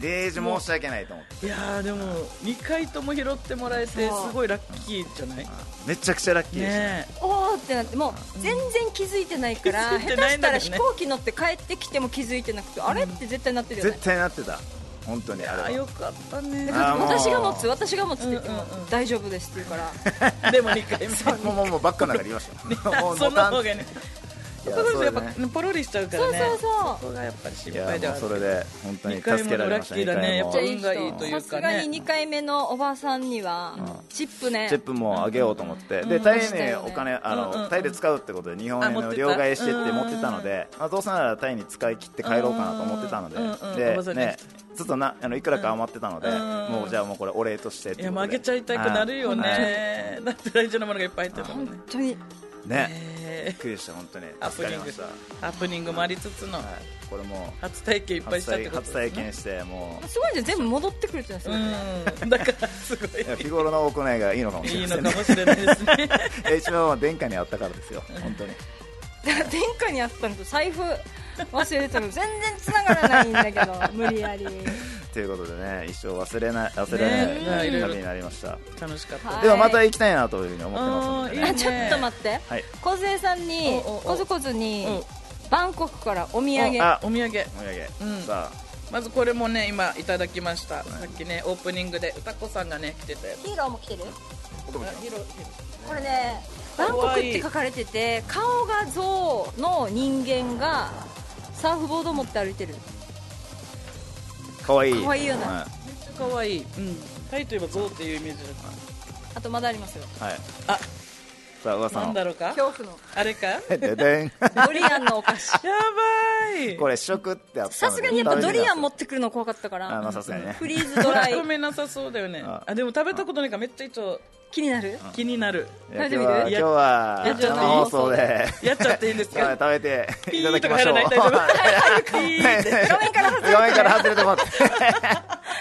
Speaker 2: DJ 申し訳ないと思って
Speaker 4: いやーでも2回とも拾ってもらえて
Speaker 1: そう
Speaker 4: すごいラッキーじゃない
Speaker 2: めちゃくちゃラッキーでした、
Speaker 4: ね
Speaker 1: おーってなってもう全然気づいてないから、
Speaker 4: 気づい
Speaker 1: 下
Speaker 4: て
Speaker 1: 手
Speaker 4: ないん
Speaker 1: し
Speaker 4: だ
Speaker 1: た
Speaker 4: よね
Speaker 1: ら飛行機乗って帰ってきても気づいてなくて、あれって絶対なってるよね
Speaker 2: 絶対なってた本当にあれ
Speaker 4: あ
Speaker 2: は
Speaker 4: よかったね
Speaker 2: あーもう
Speaker 1: 私が持つ私が持つって言っても、
Speaker 4: うんうんうん
Speaker 1: 大丈夫ですって言うから
Speaker 4: でも2回目
Speaker 2: もうもうもうバッグの中にいま した
Speaker 4: あ
Speaker 2: もう
Speaker 4: その方が
Speaker 2: いや
Speaker 4: ね
Speaker 2: そう
Speaker 4: や
Speaker 2: だ
Speaker 4: っぱ
Speaker 2: ね
Speaker 4: ポロリしちゃうから
Speaker 1: そう
Speaker 4: ね
Speaker 1: そうそう
Speaker 4: そこがやっぱり心
Speaker 2: い
Speaker 4: 配で
Speaker 2: や
Speaker 4: は
Speaker 2: も
Speaker 4: あ
Speaker 2: う
Speaker 4: る
Speaker 2: それで本当に
Speaker 4: 二
Speaker 2: 助
Speaker 4: 回目
Speaker 2: けら
Speaker 4: の
Speaker 2: れ
Speaker 4: ラ
Speaker 2: まし
Speaker 4: ッ
Speaker 2: た
Speaker 4: キーだねやっぱ
Speaker 2: 二回
Speaker 4: 運がいいというかね
Speaker 1: さすがに2回目のおばさんにはチップね
Speaker 2: チップもあげようと思って、でタイ
Speaker 1: した
Speaker 2: に
Speaker 1: よね
Speaker 2: お金、あの、
Speaker 4: うんうんうん
Speaker 2: タイで使うってことで日本
Speaker 4: あ
Speaker 2: 円
Speaker 4: 持って
Speaker 2: の
Speaker 4: た
Speaker 2: 両替してって持ってたので、まあ、どうせならタイに使い切って帰ろうかなと思ってたので、
Speaker 4: うんうんうんおば
Speaker 2: で
Speaker 4: さんに
Speaker 2: ねちょっとなあのいくらか余ってたので、
Speaker 4: うんうん
Speaker 2: もうじゃあもうこれお礼としてって
Speaker 4: い
Speaker 2: こ
Speaker 4: や
Speaker 2: とで
Speaker 4: 曲げちゃいたくなるよねだって大事なものがいっぱい入ってるもんね
Speaker 1: 本当に
Speaker 2: うんねび
Speaker 4: え
Speaker 2: っくりした本当に
Speaker 4: ーハプ
Speaker 2: 助か
Speaker 4: ニ
Speaker 2: り
Speaker 4: ン
Speaker 2: ま
Speaker 4: グ
Speaker 2: した、はい、
Speaker 4: ハプニングもありつつの
Speaker 2: これも
Speaker 4: 初体験いっぱい
Speaker 2: 初
Speaker 4: したっ
Speaker 2: 体
Speaker 4: てこと
Speaker 2: 初体験しても
Speaker 1: すごいじゃん全部戻ってくるって言うんですよ、
Speaker 4: うんだからすご
Speaker 2: ういや
Speaker 4: い
Speaker 2: 日頃の行いがいいのかもしれ
Speaker 4: いい
Speaker 2: ませ
Speaker 4: の
Speaker 2: んね
Speaker 4: かもしれないですね
Speaker 2: 一番は殿下にあったからですよ本当に
Speaker 1: 殿下にあったのと財布忘れてたの 全然つながらないんだけ ど無理やり
Speaker 2: ということでね一生忘れない忘れない、
Speaker 4: ねうん
Speaker 2: 旅になりました、
Speaker 4: 楽しかった
Speaker 1: はい
Speaker 2: ではまた行きたいなというふうに思ってますので、
Speaker 4: あーいい
Speaker 2: ね
Speaker 1: あちょっと待って
Speaker 2: はい
Speaker 1: 梢さんに
Speaker 4: おうおうおう
Speaker 1: こずこずに
Speaker 4: うん
Speaker 1: バンコクからお土産
Speaker 2: あお
Speaker 4: お土産
Speaker 2: 土産、
Speaker 4: うん
Speaker 2: さ
Speaker 4: まずこれもね今いただきました、さっきねオープニングで歌子さんがね来てたやつ
Speaker 1: ヒーローも来てる
Speaker 4: あヒロヒロ
Speaker 1: これねバンコクっ
Speaker 4: 怖い
Speaker 1: て書かれてて顔が象の人間がサーフボード持って歩いてる
Speaker 2: かわいい
Speaker 1: かわいいよな
Speaker 2: は
Speaker 4: めっちゃ可愛い。うん。タイといえば象っていうイメージだっ
Speaker 1: あとまだありますよ
Speaker 2: い、はい、
Speaker 4: あ
Speaker 2: さあ噂
Speaker 4: た。なん
Speaker 2: の
Speaker 4: だろうか。
Speaker 1: 恐怖の
Speaker 4: あれか。や
Speaker 2: ででん
Speaker 1: ドリアンのお菓子
Speaker 4: ばい。
Speaker 2: これ試食ってあった
Speaker 1: さ
Speaker 2: の
Speaker 1: す
Speaker 2: で
Speaker 1: がにやっぱドリアン持
Speaker 2: も
Speaker 1: ってくるの怖かったか
Speaker 2: あまあ
Speaker 1: ら
Speaker 2: さすがにね
Speaker 1: フリーズドライ
Speaker 4: まとめなさそうだよね。
Speaker 2: あ
Speaker 4: あでも食べたことないからめっちゃ一応
Speaker 1: 気になる
Speaker 4: 気になる。
Speaker 2: いや
Speaker 1: 食べ
Speaker 2: 今
Speaker 1: て
Speaker 2: 日
Speaker 1: みる
Speaker 2: は今日は
Speaker 4: やっちゃっていい
Speaker 2: 生放送で
Speaker 4: やっちゃっていいんです
Speaker 2: 食べ
Speaker 4: か。
Speaker 2: 食べて
Speaker 4: ピ
Speaker 2: い
Speaker 4: ー
Speaker 2: た
Speaker 4: と
Speaker 2: だ き
Speaker 4: か
Speaker 2: ましょ
Speaker 4: 入
Speaker 2: う
Speaker 4: らない大丈夫。ピーって。
Speaker 1: 画面から外れ
Speaker 2: 画面から外れてもらって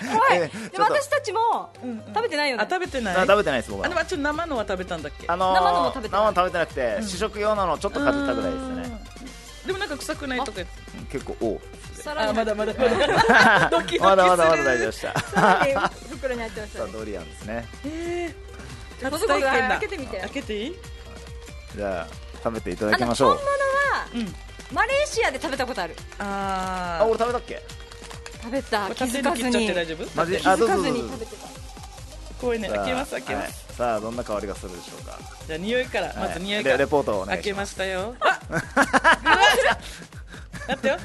Speaker 1: 怖い
Speaker 2: え
Speaker 1: で
Speaker 2: ちょ
Speaker 1: も
Speaker 2: っと
Speaker 1: 私たちも
Speaker 4: んうん
Speaker 1: 食べてないよ
Speaker 4: あ
Speaker 1: ね
Speaker 4: 食べてない。
Speaker 2: あ食べてないです僕
Speaker 4: あ
Speaker 2: は
Speaker 4: のあちょっと生のは食べたんだっけ。
Speaker 2: あのー
Speaker 1: 生のも食べてない
Speaker 2: 生も食べてなくて試食用なのをちょっとかじったぐらいですね
Speaker 4: でもなんか臭くないとか言って。
Speaker 2: 結構おう
Speaker 1: さら
Speaker 4: あ
Speaker 1: に
Speaker 4: ま だまだまだ。ドキドキする。
Speaker 2: まだまだまだ大丈夫でした
Speaker 1: さらに袋に入ってました
Speaker 2: さあ
Speaker 1: ね
Speaker 2: ドリアンですね
Speaker 1: 小
Speaker 4: 初
Speaker 1: 塚君
Speaker 4: 体験だ。
Speaker 1: 開けてみて
Speaker 4: 開けていい？
Speaker 2: じゃあ食べていた
Speaker 1: あ
Speaker 2: だ
Speaker 1: の
Speaker 2: きまし
Speaker 1: 本
Speaker 2: ょ
Speaker 1: 物
Speaker 2: う
Speaker 1: は
Speaker 4: うん
Speaker 1: マレーシアで食べたことある
Speaker 4: あ
Speaker 2: あ俺食べたっけ
Speaker 1: 食べた気
Speaker 4: 勝手
Speaker 1: づ
Speaker 4: に
Speaker 1: か
Speaker 4: 切
Speaker 1: ず
Speaker 4: っちゃっ
Speaker 1: に
Speaker 4: て大丈夫？
Speaker 2: マジ
Speaker 4: だ
Speaker 2: あ
Speaker 1: 気
Speaker 2: ど
Speaker 1: づ
Speaker 2: うぞ
Speaker 1: か
Speaker 2: どう
Speaker 1: ずに
Speaker 2: ぞ
Speaker 1: 食べてた
Speaker 4: って怖いね。
Speaker 2: さあ
Speaker 4: 開けます開けます。
Speaker 2: はいさあどんな香りがするでしょうか
Speaker 4: じゃあ匂いからまず匂いか
Speaker 2: レ
Speaker 4: ら
Speaker 2: レポートをお願
Speaker 4: 開
Speaker 2: いし
Speaker 4: け
Speaker 2: ま
Speaker 4: ましたよあうわ待ってよ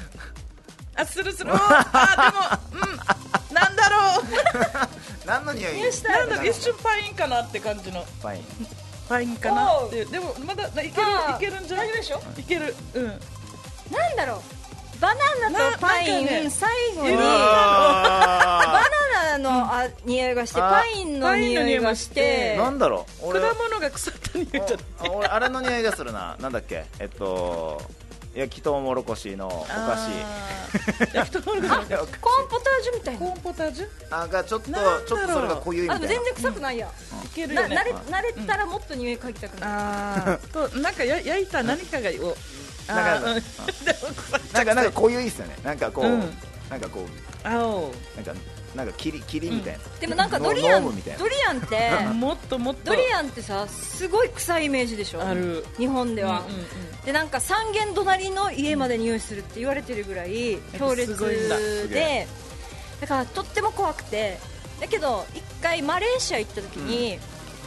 Speaker 4: あするするおーあでもうんなんだろう
Speaker 2: す何の匂い
Speaker 4: なんだろう一瞬パインかなって感じの
Speaker 2: パイン
Speaker 4: パインかなってでもまだないけ
Speaker 1: あ
Speaker 4: る
Speaker 1: ー
Speaker 4: いけるんじゃないでしょいけるうん
Speaker 1: なんだろうバナナとパイン、
Speaker 4: ななんかね
Speaker 1: 最後に
Speaker 4: う
Speaker 1: バ
Speaker 2: あ
Speaker 1: ナナのあ匂いがして
Speaker 2: あー
Speaker 1: パインの匂いがして
Speaker 2: ーなんだろう
Speaker 4: 果
Speaker 2: 俺
Speaker 4: 物が腐った匂いじゃ
Speaker 2: あ俺あれの匂いがするななんだっけえっと焼きとうもろこしのお菓子
Speaker 4: 子焼きとうもろこ し
Speaker 2: いや
Speaker 1: コーンポタージュみたいな
Speaker 4: コーンポタージュい
Speaker 2: あがちょっとち
Speaker 4: なん
Speaker 2: ょ
Speaker 4: だろ
Speaker 2: っ
Speaker 4: う
Speaker 2: とそれが濃ゆいみ
Speaker 1: あで
Speaker 2: た
Speaker 1: も
Speaker 2: い
Speaker 1: 全然臭くないや、
Speaker 4: ける
Speaker 1: な
Speaker 4: よね
Speaker 1: 慣れ慣れたらもっと匂い嗅ぎたくなる、
Speaker 4: あーとなんかや焼いた何かが を
Speaker 2: な
Speaker 4: あ
Speaker 2: ん
Speaker 4: ー
Speaker 2: か
Speaker 4: うんでも腐っち
Speaker 2: なな
Speaker 4: ゃ
Speaker 2: んかなんか濃ゆいっすよねなんかこう、
Speaker 4: うん
Speaker 2: なんかこう
Speaker 4: 青
Speaker 2: なんかなんか霧霧みたいな、
Speaker 1: でもなんかドリアン
Speaker 2: ノー
Speaker 1: ド
Speaker 2: ムみ
Speaker 1: リ
Speaker 2: たいな
Speaker 1: アン って
Speaker 4: もっともっと
Speaker 1: ドリアンってさすごい臭いイメージでしょ
Speaker 4: ある
Speaker 1: 日本では、
Speaker 4: うんうんうん
Speaker 1: でなんか三軒隣の家まで匂いするって言われてるぐらい強烈
Speaker 4: すごいんだ
Speaker 2: すげ
Speaker 1: でだからとっても怖くてだけど一回マレーシア行った時に、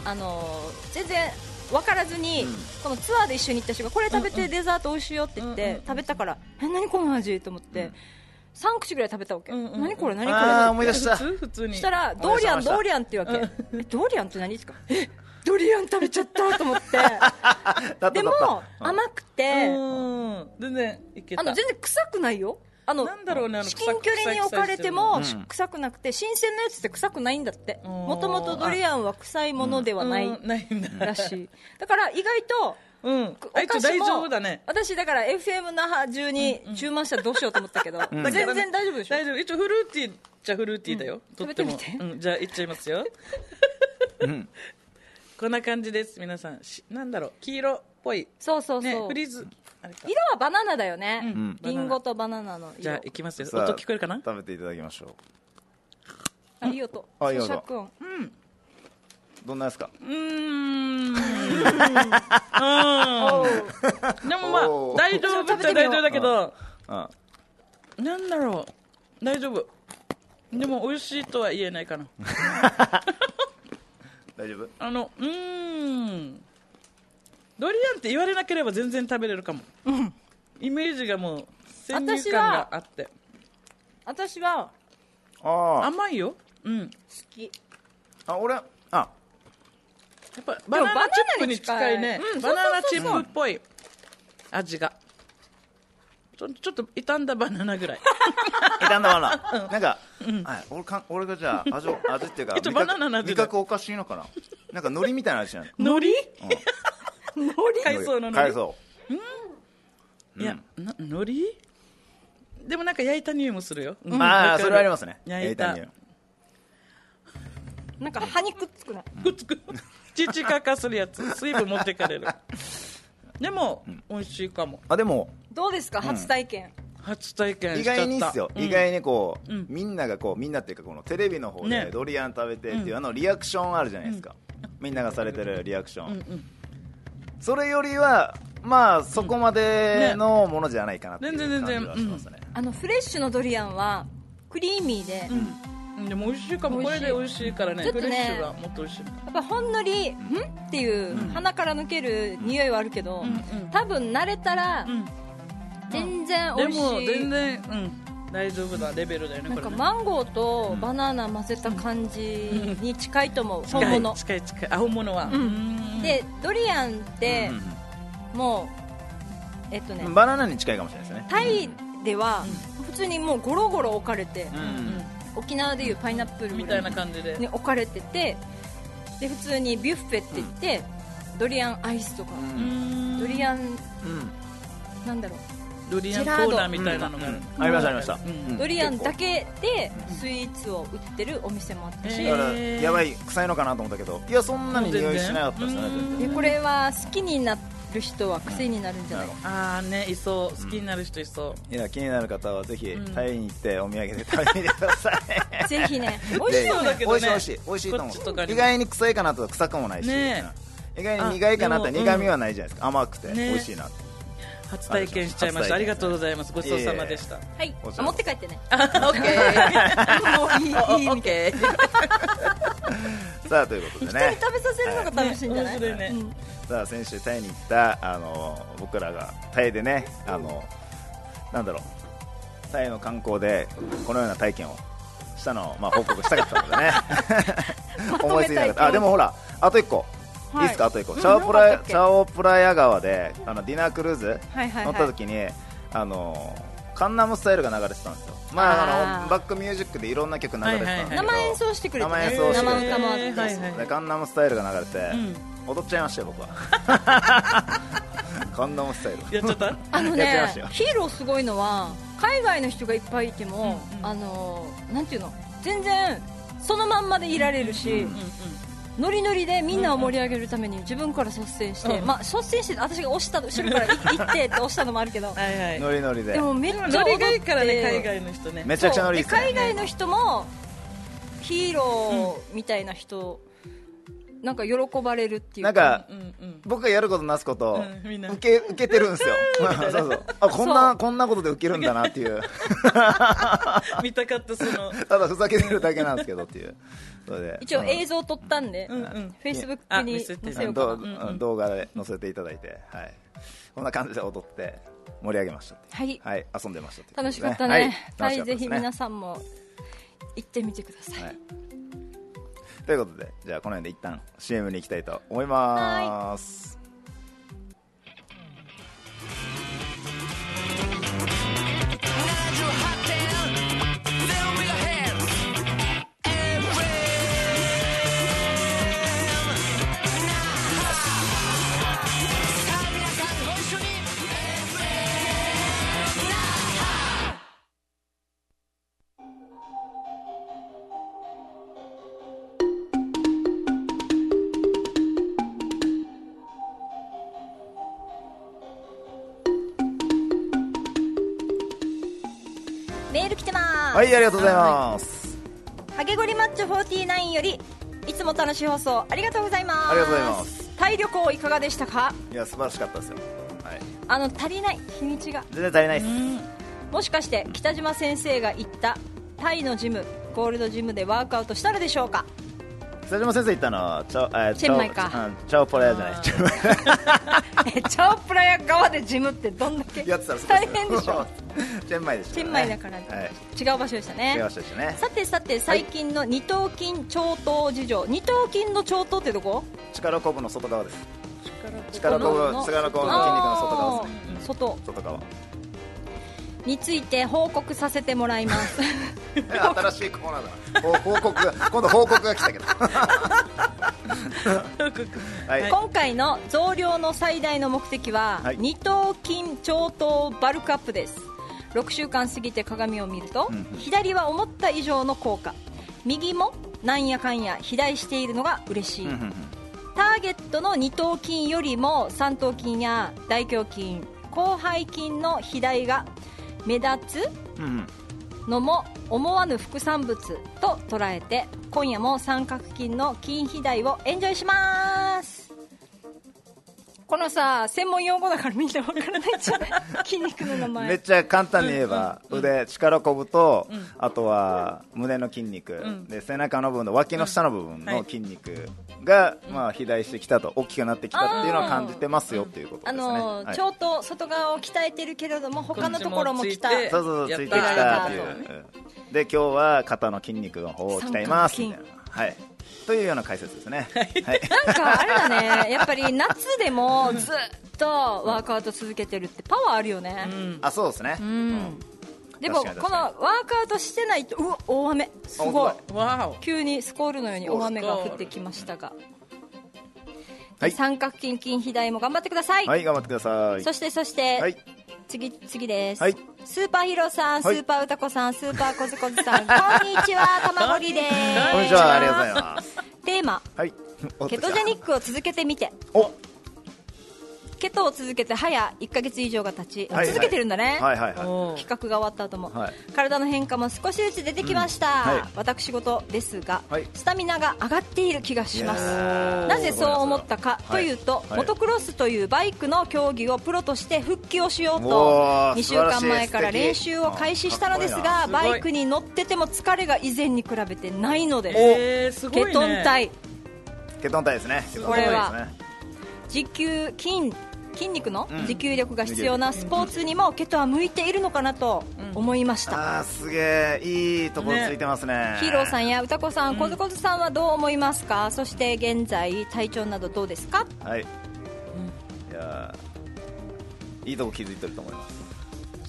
Speaker 1: あの全然分からずに、
Speaker 2: うん
Speaker 1: このツアーで一緒に行った人がこれ食べてデザート美味しいよって言って、
Speaker 4: うんうんうん
Speaker 1: 食べたからえ何この味と思って、三口ぐらい食べたわけ、
Speaker 4: うんうんうん
Speaker 1: 何これ何これ
Speaker 2: ああ思い出し
Speaker 4: 普
Speaker 2: た
Speaker 4: 通普通に
Speaker 1: したらドリアン
Speaker 2: お願いしました
Speaker 1: ドリアンって言うわけ、えドリアンって何ですかえドリアン食べちゃったと思って
Speaker 2: だった
Speaker 1: で
Speaker 2: だ
Speaker 1: も
Speaker 2: った
Speaker 1: 甘くて、
Speaker 4: うん全然いけた
Speaker 1: あの全然臭くないよあの
Speaker 4: なんだろうねあの
Speaker 1: 至近距離に置かれて
Speaker 2: 臭
Speaker 1: も
Speaker 2: い臭いしてるのうん
Speaker 1: 臭くなくて新鮮なやつって臭くないんだって
Speaker 4: おー
Speaker 1: もともとドリアンは臭いものではな
Speaker 4: う
Speaker 1: い
Speaker 4: んないんだ
Speaker 1: らしいだから意外と
Speaker 4: うん
Speaker 1: お
Speaker 4: あいつ
Speaker 1: 菓子
Speaker 4: 大
Speaker 1: も
Speaker 4: 丈夫だね
Speaker 1: 私だから FM 那覇中に注文したらどうしようと思ったけど
Speaker 2: ん
Speaker 1: 全然大丈夫でしょ
Speaker 4: 大丈夫一応フルーティーっちゃフルーティーだよとっても
Speaker 1: 食べてみて
Speaker 4: うんじゃあいっちゃいますよ
Speaker 2: うん
Speaker 4: こんな感じです皆さんしなんだろう黄色っぽい
Speaker 1: そうそう
Speaker 4: ね
Speaker 1: そう
Speaker 4: フリーズあれか
Speaker 1: 色はバナナだよね
Speaker 4: ん
Speaker 1: リンゴとバナナの
Speaker 4: じゃあ
Speaker 1: 色
Speaker 4: いきますよ
Speaker 2: さあ
Speaker 4: 音聞こえるかな
Speaker 2: 食べていただきましょ
Speaker 1: あいい音
Speaker 2: あいい音
Speaker 1: 咀嚼音
Speaker 2: うどんなですか
Speaker 4: うーんうーん
Speaker 1: おう
Speaker 4: でもまあ
Speaker 2: おー
Speaker 4: 大丈夫っちゃ大丈夫だけど
Speaker 2: うん
Speaker 4: なんだろう大丈夫でも美味しいとは言えないかな
Speaker 2: 大丈夫
Speaker 4: あのうーんドリアンって言われなければ全然食べれるかも、イメージがもう先入観があって
Speaker 1: 私は
Speaker 2: あ
Speaker 4: 甘いようんや
Speaker 1: 好き
Speaker 2: ああ俺あ
Speaker 4: っぱバ
Speaker 1: バ
Speaker 4: ナ
Speaker 1: ナナ
Speaker 4: ナ
Speaker 1: に
Speaker 4: チップに近いね
Speaker 1: 近いうん
Speaker 4: バナナチップっぽい味がちょちょっと傷んだバナナぐらい
Speaker 2: 傷んだバナナなんか、はい、俺かん俺がじゃあ味を味っていうか
Speaker 4: 一応
Speaker 2: 味覚
Speaker 4: バナナの味だ
Speaker 2: 味覚おかしいのかななんか海苔みたいな味なん
Speaker 4: 海苔
Speaker 1: 海苔
Speaker 4: 海藻の
Speaker 2: 海
Speaker 4: 海苔
Speaker 2: 藻
Speaker 4: いやな海苔でもなんか焼いた匂いもするよ、うん
Speaker 2: あ
Speaker 4: わか
Speaker 2: あ
Speaker 4: る
Speaker 2: それはありますね
Speaker 4: 焼いた
Speaker 2: 匂い
Speaker 1: なんか歯にくっつくな
Speaker 4: くっつく 乳かかするやつ水分持ってかれるでも、美味しいかも
Speaker 2: あでも
Speaker 1: どうですか初体験
Speaker 4: 初体験
Speaker 2: 意
Speaker 4: しちゃった
Speaker 2: 外にっすよ、
Speaker 4: うん
Speaker 2: 意外にこう、
Speaker 4: うん
Speaker 2: みんながこうみんなっていうかこのテレビの方
Speaker 4: ね
Speaker 2: でドリアン食べてっていう、あのリアクションあるじゃないですか、みんながされてるリアクション、
Speaker 4: うんうん
Speaker 2: それよりはまあそこまでのものじゃないかなっていう
Speaker 4: ね全
Speaker 2: 感
Speaker 4: 然
Speaker 2: じはしますね
Speaker 1: あのフレッシュのドリアンはクリーミーで、
Speaker 4: うんでも美味しいかも
Speaker 1: 美
Speaker 4: こ
Speaker 1: 味し
Speaker 4: れ
Speaker 1: い
Speaker 4: で美味しいからね
Speaker 1: ちょっと
Speaker 4: フ
Speaker 1: ね
Speaker 4: レッシュがもっと美味しい
Speaker 1: やっぱほんのりんっていう鼻から抜ける匂いはあるけど、
Speaker 4: うんうん
Speaker 1: 多分慣れたら
Speaker 4: うん
Speaker 1: 全然美
Speaker 4: で
Speaker 1: 味し
Speaker 4: も
Speaker 1: い、
Speaker 4: 全然うん大丈夫なレベルだよね
Speaker 1: なん
Speaker 4: これ
Speaker 1: か
Speaker 4: ね
Speaker 1: マンゴーとバナナ混ぜた感じに近いと思う、本物
Speaker 4: 近い近い近いあ本物は、うん
Speaker 1: でドリアンって
Speaker 2: うんうん
Speaker 1: もうえっとね
Speaker 2: うんバナナに近いかもしれないですね
Speaker 1: タイでは普通にもうゴロゴロ置かれて、
Speaker 2: うんうん
Speaker 1: 沖縄でいうパイナップル
Speaker 4: み
Speaker 1: み
Speaker 4: た
Speaker 1: た
Speaker 4: い
Speaker 1: い
Speaker 4: な感じで、
Speaker 1: に置かれててで普通にビュッフェって言って、ドリアンアイスとか、
Speaker 2: う
Speaker 4: うんん
Speaker 1: ドリアン
Speaker 2: うん
Speaker 1: なんだろう
Speaker 4: ドリアンコーナーみたいなのがある、
Speaker 2: うんありましたありました
Speaker 4: うん
Speaker 1: ドリアンだけでスイーツを売ってるお店もあったし、
Speaker 4: へ
Speaker 2: だから
Speaker 4: えー
Speaker 2: やばい臭いのかなと思ったけどいやそんなに匂いしなかったですね全
Speaker 1: で
Speaker 2: 然
Speaker 1: これは好きになる人は癖になるんじゃないか、
Speaker 4: ああねいそう好きになる人いそう、
Speaker 2: いや気になる方はぜひ
Speaker 4: ん
Speaker 2: タイに行ってお土産で食べてみてください
Speaker 1: ぜひ ね美味しそうだけ
Speaker 2: 美
Speaker 1: ど
Speaker 2: 味
Speaker 1: ね
Speaker 2: しい美味しい美味しいと思
Speaker 4: こっちとか
Speaker 2: う
Speaker 4: にも
Speaker 2: 意外に臭いかなと臭くもないし
Speaker 4: ね
Speaker 2: うん意外に苦いかなと
Speaker 4: あでも
Speaker 2: 苦味はないじゃないですか甘くて
Speaker 4: ね
Speaker 2: 美味しいなって
Speaker 4: 初体験しちゃいましたありがとうございますごちそうさまでした
Speaker 1: はい
Speaker 2: 美味しい
Speaker 1: あ持って帰ってね
Speaker 4: オッケー
Speaker 1: もういいいい
Speaker 4: オッケー
Speaker 2: さあということで
Speaker 1: 人に
Speaker 2: ね
Speaker 1: 食べさせるのが楽しいんじゃない、
Speaker 4: ね面白いね
Speaker 1: うん
Speaker 2: さあ先週タイに行ったあの僕らがタイでねあのなんだろうタイの観光でこのような体験をしたのをまあ報告したかったので ね思いついなかったあでもほらあと一個、
Speaker 1: はい
Speaker 2: い、いですかあと一個チャオプラ
Speaker 1: なんか
Speaker 2: ヤ
Speaker 1: あったっけ
Speaker 2: チャオプラヤ川であのディナークルーズ
Speaker 1: はいはいはい
Speaker 2: 乗った時に、あのカンナムスタイルが流れてたんですよまああ
Speaker 1: あー
Speaker 2: のバックミュージックでいろんな曲流れてたんですけど、
Speaker 1: 生演奏してくれて、ね、
Speaker 2: 生演奏してくれて
Speaker 1: 生歌もあって、
Speaker 4: えーはいはい
Speaker 2: でカンナムスタイルが流れて、踊っちゃいましたよ僕は カンナムスタイル
Speaker 4: やっちゃった
Speaker 1: あの
Speaker 2: やって
Speaker 1: ね
Speaker 2: ましたよ
Speaker 1: ヒーローすごいのは海外の人がいっぱいいても、あのなんていうの全然そのまんまでいられるし、ノリノリでみんなを盛り上げるために自分から率先して、
Speaker 4: うん
Speaker 1: まあ率先して私が押した後ろからい行ってって押したのもあるけど
Speaker 4: はいはい
Speaker 2: ノリノリで
Speaker 1: でもめっちゃ踊って
Speaker 4: ノリがいいからね海外の人ね
Speaker 2: めちゃくちゃノリいい
Speaker 1: で
Speaker 2: ですね
Speaker 1: 海外の人もヒーローみたいな人、なんか喜ばれるっていう
Speaker 2: なんか
Speaker 4: うんうん
Speaker 2: 僕がやることなすこと、
Speaker 4: うんみんな
Speaker 2: 受け受けてる んですよ そうそうあこん
Speaker 1: そ
Speaker 2: な
Speaker 1: う
Speaker 2: こんなことで受けるんだなって いう
Speaker 4: 見たかったその
Speaker 2: ただふざけてるだけなんですけどっていうそれで
Speaker 1: 一応
Speaker 2: うん
Speaker 1: 映像撮ったんで、
Speaker 4: うんうん
Speaker 1: フェイスブック
Speaker 4: あ見
Speaker 1: に
Speaker 4: せて
Speaker 1: 載せようか
Speaker 2: ど
Speaker 1: な
Speaker 2: う動画で載せていただいて、はい、こんな感じで踊って盛り上げましたって
Speaker 1: はい
Speaker 2: はい、遊んでましたっていうこと
Speaker 1: 楽
Speaker 2: です
Speaker 1: し
Speaker 2: ね
Speaker 1: かったね、
Speaker 2: は
Speaker 1: はいい、ぜひ皆
Speaker 2: さ
Speaker 1: さんも行ってみてください、
Speaker 2: はいんということでじゃあこの辺で一旦 CM に行きたいと思います
Speaker 3: メール来てます
Speaker 2: はい、ありがとうございます
Speaker 3: ハゲゴリマッチョ49よりいつも楽しい放送ありがとうございます
Speaker 2: ありがとうございます
Speaker 1: 体力をいかがでしたか
Speaker 2: いや素晴らしかったですよ、はい、
Speaker 1: あの足りない日にちが
Speaker 2: 全然足りないです、
Speaker 1: もしかして北島先生が言ったタイのジムゴールドジムでワークアウトしたのでしょう か
Speaker 2: 北島先生言ったのはチャオ、えー
Speaker 1: チェンマイか
Speaker 2: チャオうんチャオポラヤじゃないチャオポラヤ
Speaker 1: えチャオプラヤ側でジムってどんだけ
Speaker 2: やってたらすごい
Speaker 1: 大変でしょ
Speaker 2: チェンマイでした
Speaker 1: チ
Speaker 2: ね
Speaker 1: ェンマイだから、
Speaker 2: はい
Speaker 1: 違う場所でしたね
Speaker 2: 違いましたしね
Speaker 1: さてさて最近の二頭筋腸頭事情、二頭筋の腸頭ってどこ
Speaker 2: 力こぶの外側です
Speaker 1: 力
Speaker 2: 力
Speaker 1: こ
Speaker 2: こ
Speaker 1: ぶ
Speaker 2: ぶ
Speaker 1: の
Speaker 2: の力こぶの筋肉の外側
Speaker 1: あ
Speaker 2: ですね
Speaker 1: ー外
Speaker 2: 外側
Speaker 1: について報告させてもらいます
Speaker 2: 新しいコーナーだなほ報 告が今度報告が来たけどはい、
Speaker 4: はい
Speaker 1: 今回の増量の最大の目的は、
Speaker 2: はい
Speaker 1: 二頭筋腸頭バルクアップです6週間過ぎて鏡を見ると、
Speaker 2: んうん
Speaker 1: 左は思った以上の効果右もなんやかんや肥大しているのが嬉しい、
Speaker 2: うんうんうん
Speaker 1: ターゲットの二頭筋よりも三頭筋や大胸筋広背筋の肥大が目立つ
Speaker 2: うんうん
Speaker 1: のも思わぬ副産物と捉えて今夜も三角筋の筋肥大をエンジョイしますこのさ専門用語だからみんなわからないじゃない 筋肉の名前
Speaker 2: めっちゃ簡単に言えば、腕、力こぶと、あとは胸の筋肉、で背中の部分と脇の下の部分の筋肉が、まあ、肥大してきたと大きくなってきたっていうのは感じてますよっていうことで
Speaker 1: あ
Speaker 2: すね、
Speaker 1: の
Speaker 2: はい
Speaker 1: ちょうど外側を鍛えてるけれども他のところも鍛
Speaker 4: こっちもつい
Speaker 1: え
Speaker 4: て
Speaker 2: そうそうそ
Speaker 4: や
Speaker 2: う
Speaker 4: っ
Speaker 2: つい
Speaker 4: た
Speaker 2: てきたっていう、うんで今日は肩の筋肉の方を鍛えますみたいな、はい、というような解説ですね、はい、
Speaker 1: なんかあれだねやっぱり夏でもずっとワークアウト続けてるってパワーあるよね、
Speaker 2: あそうですね、うん
Speaker 1: でもこ
Speaker 2: 確かに
Speaker 1: のワークアウトしてないとうわ大雨すごい
Speaker 2: あ本
Speaker 4: わお
Speaker 1: 急にスコールのように大雨が降ってきましたが、
Speaker 2: はい
Speaker 1: 三角筋筋肥大も頑張ってください、
Speaker 2: はい頑張ってください
Speaker 1: そしてそして、
Speaker 2: はい
Speaker 1: 次次です、
Speaker 2: はい
Speaker 1: スーパーヒーローさん、
Speaker 2: はい
Speaker 1: スーパー歌子さんスーパーコズコズさん こんにちはたまごりです
Speaker 2: こんにちはありがとうございます
Speaker 1: テーマ
Speaker 2: はいおっと
Speaker 1: ケ
Speaker 2: 来た
Speaker 1: トジェニックを続けてみて
Speaker 2: お
Speaker 1: ケトを続けて早1ヶ月以上が経ち、
Speaker 2: はいはい
Speaker 1: 続けてるんだね、
Speaker 2: はいはいはい
Speaker 4: お
Speaker 1: 企画が終わった後も、
Speaker 2: はい
Speaker 1: 体の変化も少しずつ出てきました、
Speaker 2: うんはい
Speaker 1: 私事ですが、
Speaker 2: はい
Speaker 1: スタミナが上がっている気がしま
Speaker 2: い
Speaker 1: す
Speaker 2: やー
Speaker 1: なぜそう思ったかというと、
Speaker 2: はい
Speaker 1: モトクロスというバイクの競技をプロとして復帰をしよう
Speaker 2: お
Speaker 1: と
Speaker 2: ー
Speaker 1: 2週間前から練習を開始したのです
Speaker 2: 素晴ら
Speaker 1: が
Speaker 4: いな
Speaker 1: バイクに乗ってても疲れが以前に比べてないのです、
Speaker 4: えー、すごいね
Speaker 1: ケトン体
Speaker 2: ケトン体ですねケトン
Speaker 1: こ
Speaker 2: 体
Speaker 1: れ
Speaker 2: ですね
Speaker 1: は持久筋筋肉の
Speaker 2: うん
Speaker 1: 持久力が必要なスポーツにもケトは向いているのかなと思いました、
Speaker 2: あーすげえいいところついてますね
Speaker 1: ヒーローさんや歌子さん、こずこずさんはどう思いますか、そして現在、体調などどうですか、
Speaker 2: はいいやーいいとこ気づいてると思います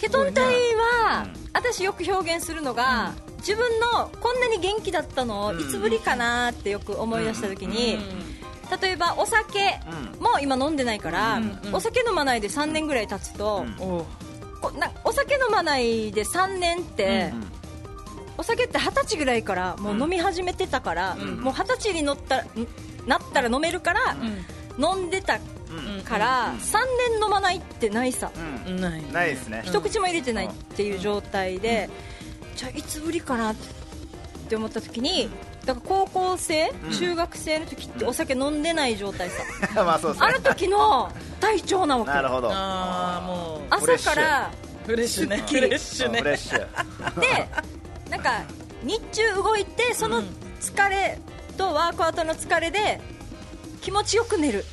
Speaker 1: ケトン体は、
Speaker 2: う
Speaker 1: 私、よく表現するのが、自分のこんなに元気だったの、いつぶりかなってよく思い出したときに、例えばお酒も今、飲んでないから、お酒飲まないで3年ぐらい経つと、
Speaker 2: うん
Speaker 4: お
Speaker 1: こなお酒飲まないで3年って、
Speaker 2: うん
Speaker 1: お酒って二十歳ぐらいからもう飲み始めてたから、もう二十歳に乗ったんなったら飲めるから、飲んでたから、3年飲まないってないさ、
Speaker 2: うん
Speaker 4: うんないね
Speaker 2: ないですね
Speaker 1: 一口も入れてないっていう状態で、じゃあいつぶりかなって思った時にだから高校生、中学生の時ってお酒飲んでない状 態さ、
Speaker 2: まあそうです
Speaker 1: あ
Speaker 2: ね
Speaker 1: の時の体調なわけ
Speaker 2: なるほど
Speaker 4: ああもう
Speaker 2: フレッシ
Speaker 1: 朝
Speaker 2: ュ
Speaker 1: から
Speaker 4: フレッシュね
Speaker 1: きり
Speaker 4: フレッシュ
Speaker 2: あ
Speaker 4: ね
Speaker 2: フレッシュ
Speaker 1: でなんか日中動いてその疲れとワークアウトの疲れで気持ちよく寝る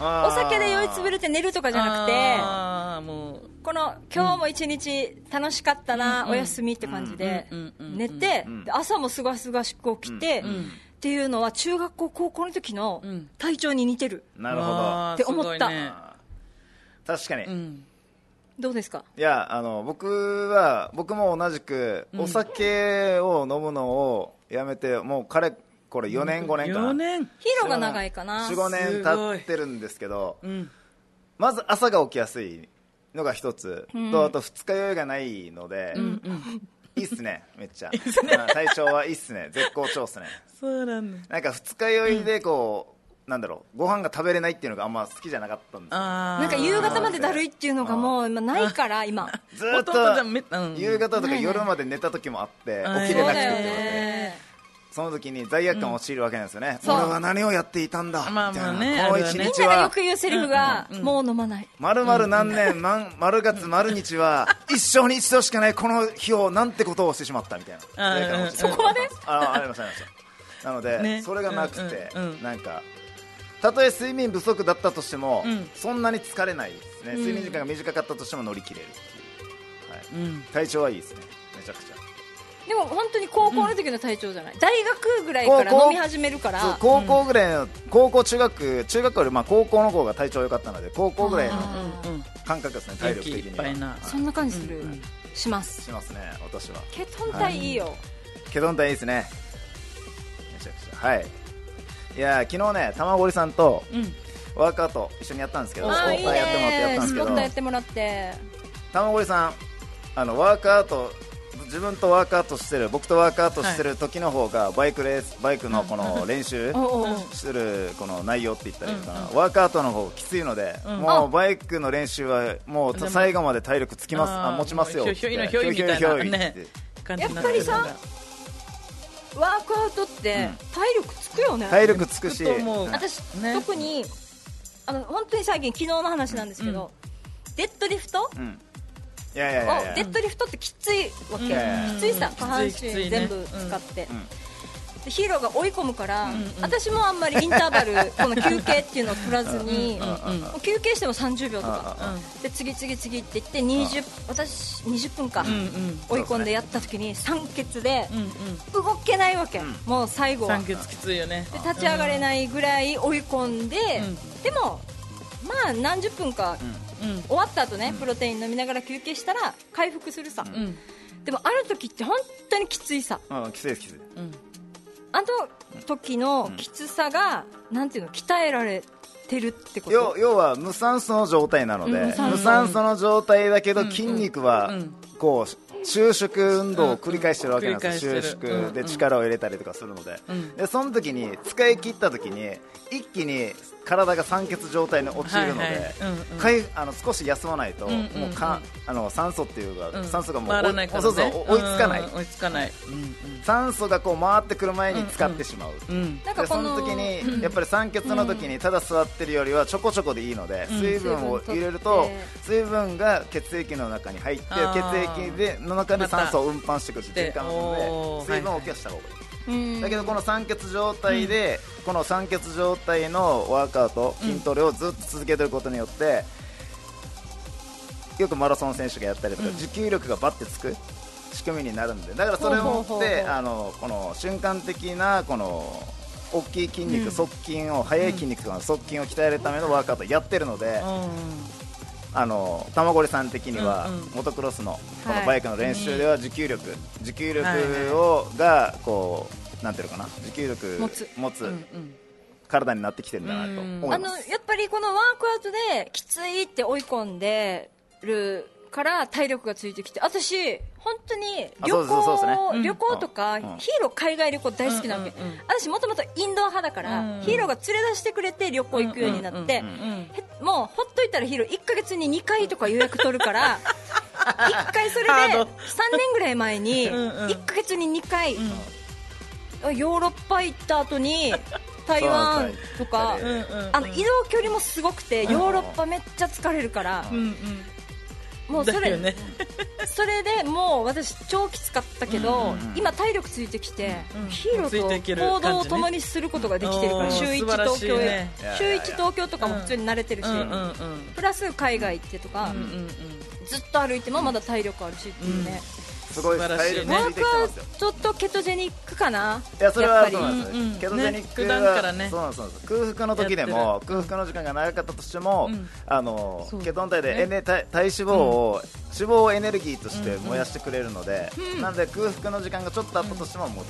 Speaker 1: お
Speaker 2: お
Speaker 1: 酒で酔いつぶれて寝るとかじゃな
Speaker 4: ああもう
Speaker 1: くてこの今日も一日楽しかったな、お休みって感じで
Speaker 4: うんうんうんうん
Speaker 1: 寝て、
Speaker 2: ん
Speaker 1: で朝もすがすがしく起きて、っていうのは中学校高校の時の
Speaker 4: ん
Speaker 1: 体調に似てる、
Speaker 2: なるほど
Speaker 4: あー
Speaker 1: って思った
Speaker 4: すごいね
Speaker 2: 確かに、
Speaker 4: うん
Speaker 1: どうですか
Speaker 2: いやあの僕は僕も同じくお酒を飲むのをやめて、もうかれこれ4年5年かな
Speaker 4: 4年
Speaker 1: ヒーローが長いかな
Speaker 2: 45年経ってるんですけど
Speaker 4: ん
Speaker 2: まず朝が起きやすいのが一つ、とあと二日酔いがないので、いいっすねめっちゃうん体調はいいっすね絶好調っすね
Speaker 4: そうなんだ
Speaker 2: なんか二日酔いでこう、なんだろうご飯が食べれないっていうのがあんま好きじゃなかったんですよ
Speaker 4: ああ
Speaker 1: なんか夕方までだるいっていうのがもう今ないから今
Speaker 2: ずーっと
Speaker 4: 弟じゃめうん
Speaker 2: 夕方とか夜まで寝た時もあって
Speaker 4: うん
Speaker 2: 起き
Speaker 1: そ
Speaker 2: れ
Speaker 1: うだ
Speaker 2: なくて
Speaker 1: よ
Speaker 2: っていうので
Speaker 1: ね
Speaker 2: その時に罪悪感を陥るわけなんですよね、
Speaker 1: そう
Speaker 2: 俺は何をやっていたんだみ
Speaker 4: まあ
Speaker 2: たい
Speaker 4: まあ
Speaker 2: な、
Speaker 4: ね
Speaker 2: こ
Speaker 4: あ
Speaker 2: の
Speaker 4: るよ
Speaker 2: 一
Speaker 4: ね
Speaker 1: みん
Speaker 2: 日
Speaker 1: ながよ
Speaker 2: は
Speaker 1: く言うセリフが、もう飲まない
Speaker 2: まるまる何年、まん、丸月丸日は一生に一度しかないこの日をなんてことをしてしまったみたいな
Speaker 4: うん
Speaker 2: 罪悪感を陥る
Speaker 4: そこ
Speaker 1: まで
Speaker 2: あありましたありましたなので、
Speaker 4: ね
Speaker 2: それがなくて、
Speaker 4: うんうんうん
Speaker 2: なんかたとえ睡眠不足だったとしても、
Speaker 4: ん
Speaker 2: そんなに疲れないですね睡眠時間が短かったとしても乗り切れるっていう、はい
Speaker 4: うん
Speaker 2: 体調はいいですねめちゃくちゃ
Speaker 1: でも本当に高校の時の体調じゃない、大学ぐらいから飲み始めるか
Speaker 2: そう
Speaker 1: ら
Speaker 2: 高校ぐらいの、高校中学中学校よりまあ高校の方が体調良かったので高校ぐらいの
Speaker 1: あー
Speaker 4: うん
Speaker 2: 感覚ですね体
Speaker 4: 元
Speaker 2: 力
Speaker 4: 気
Speaker 2: 的
Speaker 4: いっ
Speaker 2: に
Speaker 4: ぱい
Speaker 2: は
Speaker 4: な
Speaker 1: そんな感じする、
Speaker 4: うんうん
Speaker 1: します
Speaker 2: しますね私は
Speaker 1: ケトン体いいよ、
Speaker 2: ケトン体いいですねめちゃくちゃはいいやー昨日ね玉森さんと
Speaker 4: うん
Speaker 2: ワークアウト一緒にやったんですけど、
Speaker 4: うん
Speaker 2: スポ
Speaker 1: ああ
Speaker 2: ッ
Speaker 1: いい
Speaker 2: ターやってもらってやったん
Speaker 1: ね
Speaker 2: で
Speaker 1: ス
Speaker 2: すけ
Speaker 1: ポ
Speaker 2: ど
Speaker 1: ットやってもらって
Speaker 2: 玉森さんあのワークアウト自分とワークアウトしてる僕とワークアウトしてる時の方がバイクレースバイクのこの練習
Speaker 1: おうおうおう
Speaker 2: するこの内容って言ったらいいのかな、ワークアウトの方きついので、もうバイクの練習はもう最後まで体力つきます
Speaker 4: あー
Speaker 2: あ持ちますよ
Speaker 4: もうひょいのひょいみたいな
Speaker 2: ひょひょひょい
Speaker 4: ね
Speaker 2: って
Speaker 4: 感じにな
Speaker 1: やっぱりさワークアウトって
Speaker 2: ん
Speaker 1: 体力つくよね、
Speaker 2: 体力つくし
Speaker 4: つくと思う
Speaker 2: うん
Speaker 1: 私、
Speaker 4: ね
Speaker 1: 特にあの本当に最近昨日の話なんですけど、デッドリフトを
Speaker 2: うんいやいやいやいや
Speaker 1: デッドリフトってきついわけ、
Speaker 2: うん
Speaker 1: きついさ下半身
Speaker 4: きついきついね
Speaker 1: 全部使って、
Speaker 2: んうん
Speaker 1: でヒーローが追い込むから、私もあんまりインターバ ルこの休憩っていうのを取らずに、もう休憩しても30秒とか、で次次次って言って20私20分か、
Speaker 4: うん
Speaker 1: 追い込んでやった時に酸欠で動けないわけ、もう最後は
Speaker 4: 酸欠きついよね
Speaker 1: で立ち上がれないぐらい追い込んで、でも、まあ何十分か、
Speaker 4: うん
Speaker 1: 終わった後ね、プロテイン飲みながら休憩したら回復するさ、
Speaker 4: ん
Speaker 1: でもある時って本当にきついさ
Speaker 2: うんきついですきつい
Speaker 1: あの時のきつさが、なんていうの鍛えられてるってこと
Speaker 2: 要要は無酸素の状態なので、
Speaker 1: うん無
Speaker 2: 無
Speaker 1: 酸
Speaker 2: 酸
Speaker 1: 素
Speaker 2: 素の状態だけど筋肉はこう収縮運動を繰り返してるわけなんです
Speaker 4: うんう
Speaker 2: よ、
Speaker 4: ん
Speaker 2: 収
Speaker 4: 繰り返してるうんう
Speaker 2: 縮
Speaker 4: ん
Speaker 2: で力を入れたりとかするので,、でその時に使い切った時に一気に体が酸欠状態に陥るので、
Speaker 4: はいはいうんうん
Speaker 2: かいあの少し休まないと、
Speaker 4: んうん
Speaker 2: もうかあの酸素っていうか、
Speaker 4: うん
Speaker 2: 酸素がもう
Speaker 4: 回らないからね
Speaker 2: そうそう追いつかない、
Speaker 4: うん追いつかない
Speaker 2: 酸素がこう回ってくる前に使ってしまう、
Speaker 4: うん
Speaker 1: なんか
Speaker 2: で
Speaker 1: こ
Speaker 2: そ
Speaker 1: の
Speaker 2: の時にやっぱり酸欠の時にただ座ってるよりはちょこちょこでいいので水分を入れると水分が血液の中に入って血
Speaker 4: あー
Speaker 2: 液での中で酸素を運搬してくる循環なの
Speaker 4: して
Speaker 2: で水分
Speaker 4: おー
Speaker 2: を補給した方がいい。
Speaker 1: うん
Speaker 2: だけどこの酸欠状態で、この酸欠状態のワークアウト筋トレをずっと続けてることによって、よくマラソン選手がやったりとか、持久力がバッてつく仕組みになるんでだからそれを
Speaker 1: ほう
Speaker 2: 持
Speaker 1: ほうほう
Speaker 2: っ
Speaker 1: ほう
Speaker 2: てあのこの瞬間的なこの大きい筋肉、側筋を速い筋肉とかの側筋を鍛えるためのワークアウトやってるので、あの玉堀さん的には、
Speaker 4: うんうん
Speaker 2: モトクロスのこ
Speaker 1: はい
Speaker 2: のバイクの練習では持久力、持久力をがこうなんていうのかな持久力
Speaker 1: 持つ
Speaker 2: 体になってきてるんだなと思
Speaker 1: あ
Speaker 2: い
Speaker 1: の
Speaker 2: ま
Speaker 1: や
Speaker 2: す。
Speaker 1: っぱりこのワークアウトできついって追い込んでるから体力がついてきて私、本当に
Speaker 2: あ
Speaker 1: 旅
Speaker 2: そうそうそうですね
Speaker 1: 行,、
Speaker 2: うん
Speaker 1: 旅行とか、
Speaker 2: うん
Speaker 1: ヒーロー海外旅行大好きなわけ、私、もともとインドア派だから、ヒーローが連れ出してくれて旅行行くようになって、へもうほっといたらヒーロー1か月に2回とか予約取る から。1回それで3
Speaker 4: ハード
Speaker 1: 年ぐらい前に
Speaker 4: んうん
Speaker 1: 1か月に2回ヨーロッパ行った後 に台湾とか
Speaker 2: そうなんです
Speaker 1: あの移動距離もすごくてヨーロッパめっちゃ疲れるから
Speaker 4: うん
Speaker 1: も
Speaker 4: う
Speaker 1: うんそ
Speaker 4: だ
Speaker 1: れ
Speaker 4: よね
Speaker 1: それでもう私超きつかったけど今体力ついてきて
Speaker 4: うん
Speaker 1: ヒーロ
Speaker 4: ついていけ
Speaker 1: ー
Speaker 4: る
Speaker 1: と行
Speaker 4: 感じね
Speaker 1: 動を共にすることができてるか
Speaker 4: う
Speaker 1: ら
Speaker 4: ん
Speaker 1: 週1
Speaker 4: 素晴ら
Speaker 1: 東
Speaker 4: しい
Speaker 1: 京へ
Speaker 4: ね
Speaker 1: 週1東京とかも普通に慣れてるし
Speaker 4: うんうん
Speaker 1: プラス海外行ってとか
Speaker 4: うんうん
Speaker 1: ずっと歩いてもまだ体力あるしっていうね
Speaker 2: すごい
Speaker 4: 素晴ら
Speaker 2: 体
Speaker 4: しい
Speaker 2: 力
Speaker 4: ね
Speaker 1: ワ
Speaker 2: が
Speaker 1: ー
Speaker 2: つ
Speaker 1: ク
Speaker 2: いてきて
Speaker 1: ア
Speaker 2: ま
Speaker 1: ウ
Speaker 2: すよ。
Speaker 1: トとケトジェニックかない
Speaker 2: やそれはそう
Speaker 1: やっぱ
Speaker 2: な
Speaker 1: り
Speaker 2: んです
Speaker 4: う
Speaker 2: よ、
Speaker 4: んうん
Speaker 2: ケトジェニック
Speaker 4: ね普段から
Speaker 2: は、
Speaker 4: ね
Speaker 2: そうなんですそうなんです空腹の時でも空腹の時間が長かったとしても、
Speaker 4: うん
Speaker 2: あの
Speaker 4: そう
Speaker 2: ケトン体
Speaker 4: ね
Speaker 2: でエネ、体体脂肪を、脂肪をエネルギーとして燃やしてくれるので、なんで空腹の時間がちょっとあったとしても持つ、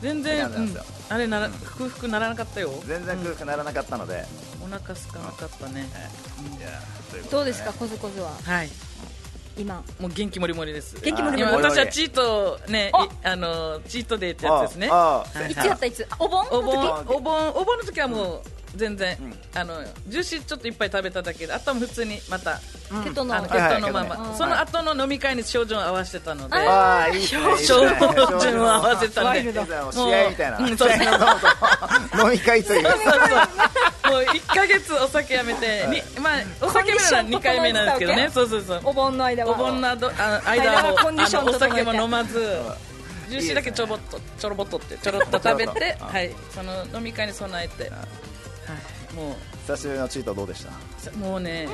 Speaker 4: 全然、
Speaker 2: そうなんですよ
Speaker 4: うんあれなら空腹ならなかったよ
Speaker 2: 全然空腹ならなかったので、
Speaker 4: お腹すかなかったね
Speaker 2: いやということ
Speaker 1: どうですかコズコズは
Speaker 4: はい
Speaker 1: 今
Speaker 4: もう元気もりもりです
Speaker 1: 元気もりもり
Speaker 4: 今私はチートね
Speaker 1: あ
Speaker 4: いあのチートデーってやつですね
Speaker 2: ああ
Speaker 4: はい
Speaker 1: いつやったいつお盆
Speaker 4: お
Speaker 1: の時
Speaker 4: 盆お盆お盆の時はもう全然、
Speaker 2: ん
Speaker 4: あのジューシーちょっといっぱい食べただけであとは普通にまた
Speaker 1: ケトの
Speaker 4: あ
Speaker 2: は
Speaker 4: の
Speaker 2: い
Speaker 4: 血
Speaker 2: はい
Speaker 4: 糖のまま、
Speaker 2: ケトね
Speaker 4: その後の飲み会に症状を合わせてたので
Speaker 2: ああいいですねいいです
Speaker 4: 症
Speaker 2: ね
Speaker 4: 状を合わせた
Speaker 2: ワ
Speaker 4: ん
Speaker 2: イ
Speaker 4: で
Speaker 2: ル
Speaker 4: そ
Speaker 2: ド
Speaker 4: う
Speaker 2: な試合みたいな、
Speaker 4: うん
Speaker 2: 試合のどうぞ飲み会という
Speaker 4: そうもう1か月お酒やめて、にまあ、お酒やめたら2回目なんですけどねそうそうそう
Speaker 1: お盆の間は
Speaker 4: お盆のどあの
Speaker 1: 間
Speaker 4: 間
Speaker 1: は
Speaker 4: を
Speaker 1: コンディション
Speaker 4: あのお
Speaker 1: 整え
Speaker 4: 酒
Speaker 1: て
Speaker 4: も飲まずジューシーだけちょぼっとちょろぼっとってちょろっと食べて、はい、その飲み会に備えて、はい、もう
Speaker 2: 久しぶりのチートどうでした
Speaker 4: さもうね、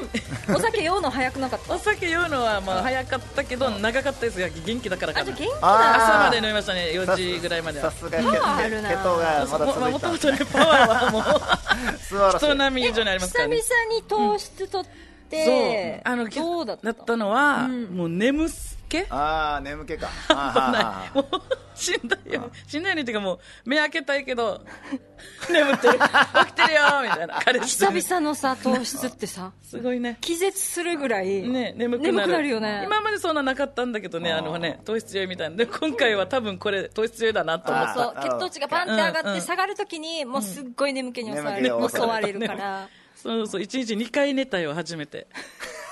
Speaker 1: お酒酔うの早くなかった
Speaker 4: お酒酔うのはまあ早かったけど長かったですが元気だからか
Speaker 1: あと
Speaker 4: な
Speaker 1: 元気
Speaker 2: あ
Speaker 4: 朝
Speaker 1: だ
Speaker 4: まで飲みましたね4時ぐらいまで
Speaker 2: さ
Speaker 4: は
Speaker 2: すがに血糖
Speaker 1: あるな
Speaker 2: がまだ
Speaker 4: もま
Speaker 2: 続
Speaker 4: あ
Speaker 2: い
Speaker 4: もと
Speaker 2: た
Speaker 4: もとねパワーはも う
Speaker 2: 素晴らしい
Speaker 4: 人並み以上にあります
Speaker 1: 久
Speaker 4: から
Speaker 1: 々
Speaker 4: ね
Speaker 1: に糖質取って
Speaker 4: そうあの
Speaker 1: どうだった
Speaker 4: のはもう眠すけ
Speaker 2: ああ眠気か
Speaker 4: ないもうしんどいよしんどいねっていうかもう目開けたいけど 眠ってる 起きてるよみたいな彼氏と
Speaker 1: 久々のさ糖質ってさ
Speaker 4: すごいね
Speaker 1: 気絶するぐらい
Speaker 4: ね、眠くなる
Speaker 1: 眠くなるよね
Speaker 4: 今までそんななかったんだけどねあのね糖質酔いみたいなで今回は多分これ糖質酔いだなと思っ
Speaker 2: あ
Speaker 4: た
Speaker 2: ー
Speaker 1: そう
Speaker 2: な
Speaker 1: 血
Speaker 2: るほど
Speaker 1: 糖値がバンって上がって下がるときにもうすっごい眠気に襲われる
Speaker 2: 眠
Speaker 1: 襲
Speaker 2: 気が襲
Speaker 1: わ
Speaker 2: わ
Speaker 1: れ
Speaker 2: れ
Speaker 1: るから
Speaker 4: そうそう、一日2回寝たよ、初めて。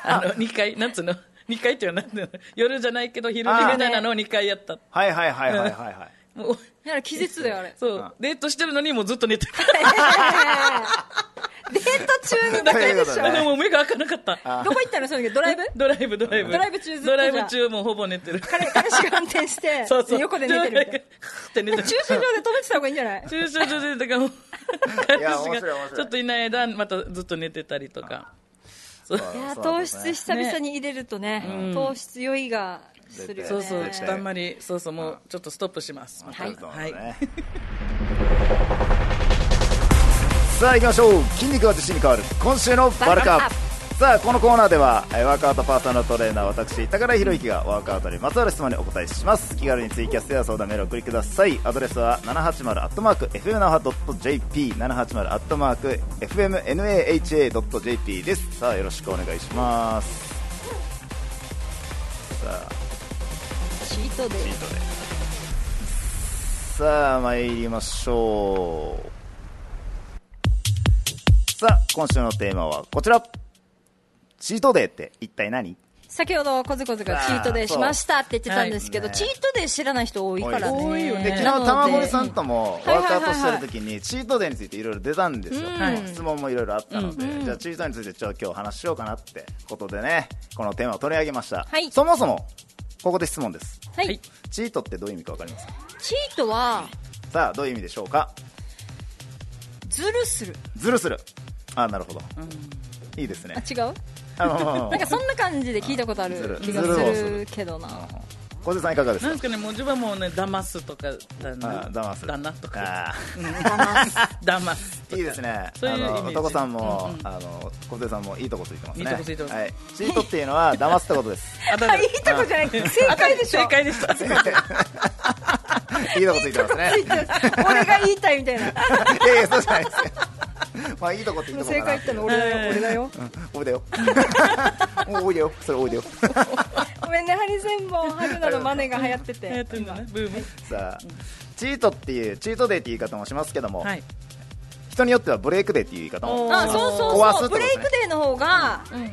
Speaker 4: あの、2回、なんつうの ?2 回っていうのはなんていうの夜じゃないけど、昼
Speaker 2: あ
Speaker 4: 寝
Speaker 2: ー
Speaker 4: みたいなのを2回やった。
Speaker 2: はいはいはいはいはいはい
Speaker 4: もう、
Speaker 1: だから気絶だよあれ
Speaker 4: そう、デートしてるのにもうずっと寝てる。
Speaker 1: デート中にだ
Speaker 2: と
Speaker 1: け
Speaker 2: いう
Speaker 1: で
Speaker 2: こ
Speaker 1: し
Speaker 2: と
Speaker 1: ょ
Speaker 2: で
Speaker 4: あでも目が開かなかった。
Speaker 2: あ
Speaker 1: どこ行ったのその時ドライブ
Speaker 4: ドライブ、ドライブ。
Speaker 1: ドライブ中ずっとじゃ
Speaker 4: ド
Speaker 1: あ
Speaker 4: ライブ中もうほぼ寝てる。
Speaker 1: 彼彼氏が運転して
Speaker 4: そうそう。
Speaker 1: 横で寝てるみたい
Speaker 4: て寝て
Speaker 1: な
Speaker 4: る
Speaker 1: 駐車場で止めてた方がいいんじゃない
Speaker 4: 駐車場でだ から
Speaker 2: いや面白い
Speaker 4: 彼氏
Speaker 2: 面
Speaker 4: が
Speaker 2: 白い
Speaker 4: ちょっといない間またずっと寝てたりとかそう
Speaker 2: あ
Speaker 1: いや
Speaker 2: そうなん
Speaker 1: 糖
Speaker 2: ですね
Speaker 1: 質久々に入れるとね
Speaker 4: うん
Speaker 1: 糖質酔いがするよね
Speaker 4: そうそうちょっとあんま
Speaker 1: り
Speaker 4: りそうそうもうちょっとストップし ます
Speaker 2: はい
Speaker 4: はい
Speaker 2: さあ行きましょう筋肉は自信に変わる今週のバルカ
Speaker 1: バルカ
Speaker 2: さあこのコーナーではえーワークアウトパーソナルトレーナー私高田博之がワークアウトにまつわる質問にお答えします気軽にツイキャスや相談メールをお送りくださいアドレスは 780-fmnaha.jp 780-fmnaha.jp ですさあよろしくお願いしますさあ
Speaker 1: チートで
Speaker 2: ヒントでさあ参りましょうさあ今週のテーマはこちらチートデーって一体何
Speaker 1: 先ほどコズコズがチートデイしましたって言ってたんですけど、
Speaker 2: はい
Speaker 1: チートデイ知らない人多いからね
Speaker 2: 多
Speaker 4: いよね
Speaker 2: で昨
Speaker 1: な
Speaker 2: 日
Speaker 1: ので
Speaker 2: 玉森さんとも
Speaker 1: はいはい
Speaker 2: ワークア
Speaker 1: はいはい
Speaker 2: ウトしてる時にチートデーについていろいろ出たんですよ、
Speaker 4: うん
Speaker 2: 質問もいろいろあったので、じゃあチートデーについてちょっと今日話しようかなってことでねこのテーマを取り上げました、
Speaker 1: はい
Speaker 2: そもそもここで質問です
Speaker 1: はい、
Speaker 4: はい
Speaker 2: チートってどういう意味か分かりますか
Speaker 1: チートは
Speaker 2: さあどういう意味でしょうか
Speaker 1: ズルする
Speaker 2: ズルするあなるほど、いいですね
Speaker 1: あ違う
Speaker 2: あの
Speaker 1: なんかそんな感じで聞いたことあ
Speaker 2: ズル
Speaker 1: る気がす
Speaker 2: ズルをする
Speaker 1: るけどな
Speaker 2: 小手さんいかがです
Speaker 4: なん
Speaker 2: か
Speaker 4: ですかね文字はもうね騙すとかだな
Speaker 2: あ騙す
Speaker 4: だなとか
Speaker 2: あ
Speaker 4: 騙す
Speaker 2: ーいいですね
Speaker 4: そういう
Speaker 2: あ
Speaker 4: イメー
Speaker 2: の
Speaker 4: ジ
Speaker 2: 男さんも、あの小手さんもいいとこついてますね
Speaker 4: いいとこついてます
Speaker 2: はい、チートっていうのは騙すってことです
Speaker 4: あだだ
Speaker 1: いいとこじゃない正解でしょ
Speaker 4: 正解でし
Speaker 2: いい
Speaker 4: た
Speaker 2: とこついてますね
Speaker 1: 俺が言いたいみたいな
Speaker 2: いやいやそうじゃないですよまあいいとこっていいとこ
Speaker 1: 正解
Speaker 2: かな
Speaker 1: 言ったの俺だよ俺だよ
Speaker 2: おいでよ おいでよそれおいでよ
Speaker 1: ごめんねハリセンボン春菜のマネが流行って
Speaker 4: えってとねブーム
Speaker 2: さあチートっていうチートデーっていう言い方もしますけども、
Speaker 4: はい
Speaker 2: 人によってはブレイクデーっていう言い方も
Speaker 4: おー
Speaker 1: あそうそう
Speaker 2: 壊す
Speaker 1: そう
Speaker 2: ってこと
Speaker 1: ブ
Speaker 2: ね
Speaker 1: レイクデーの方が、あ違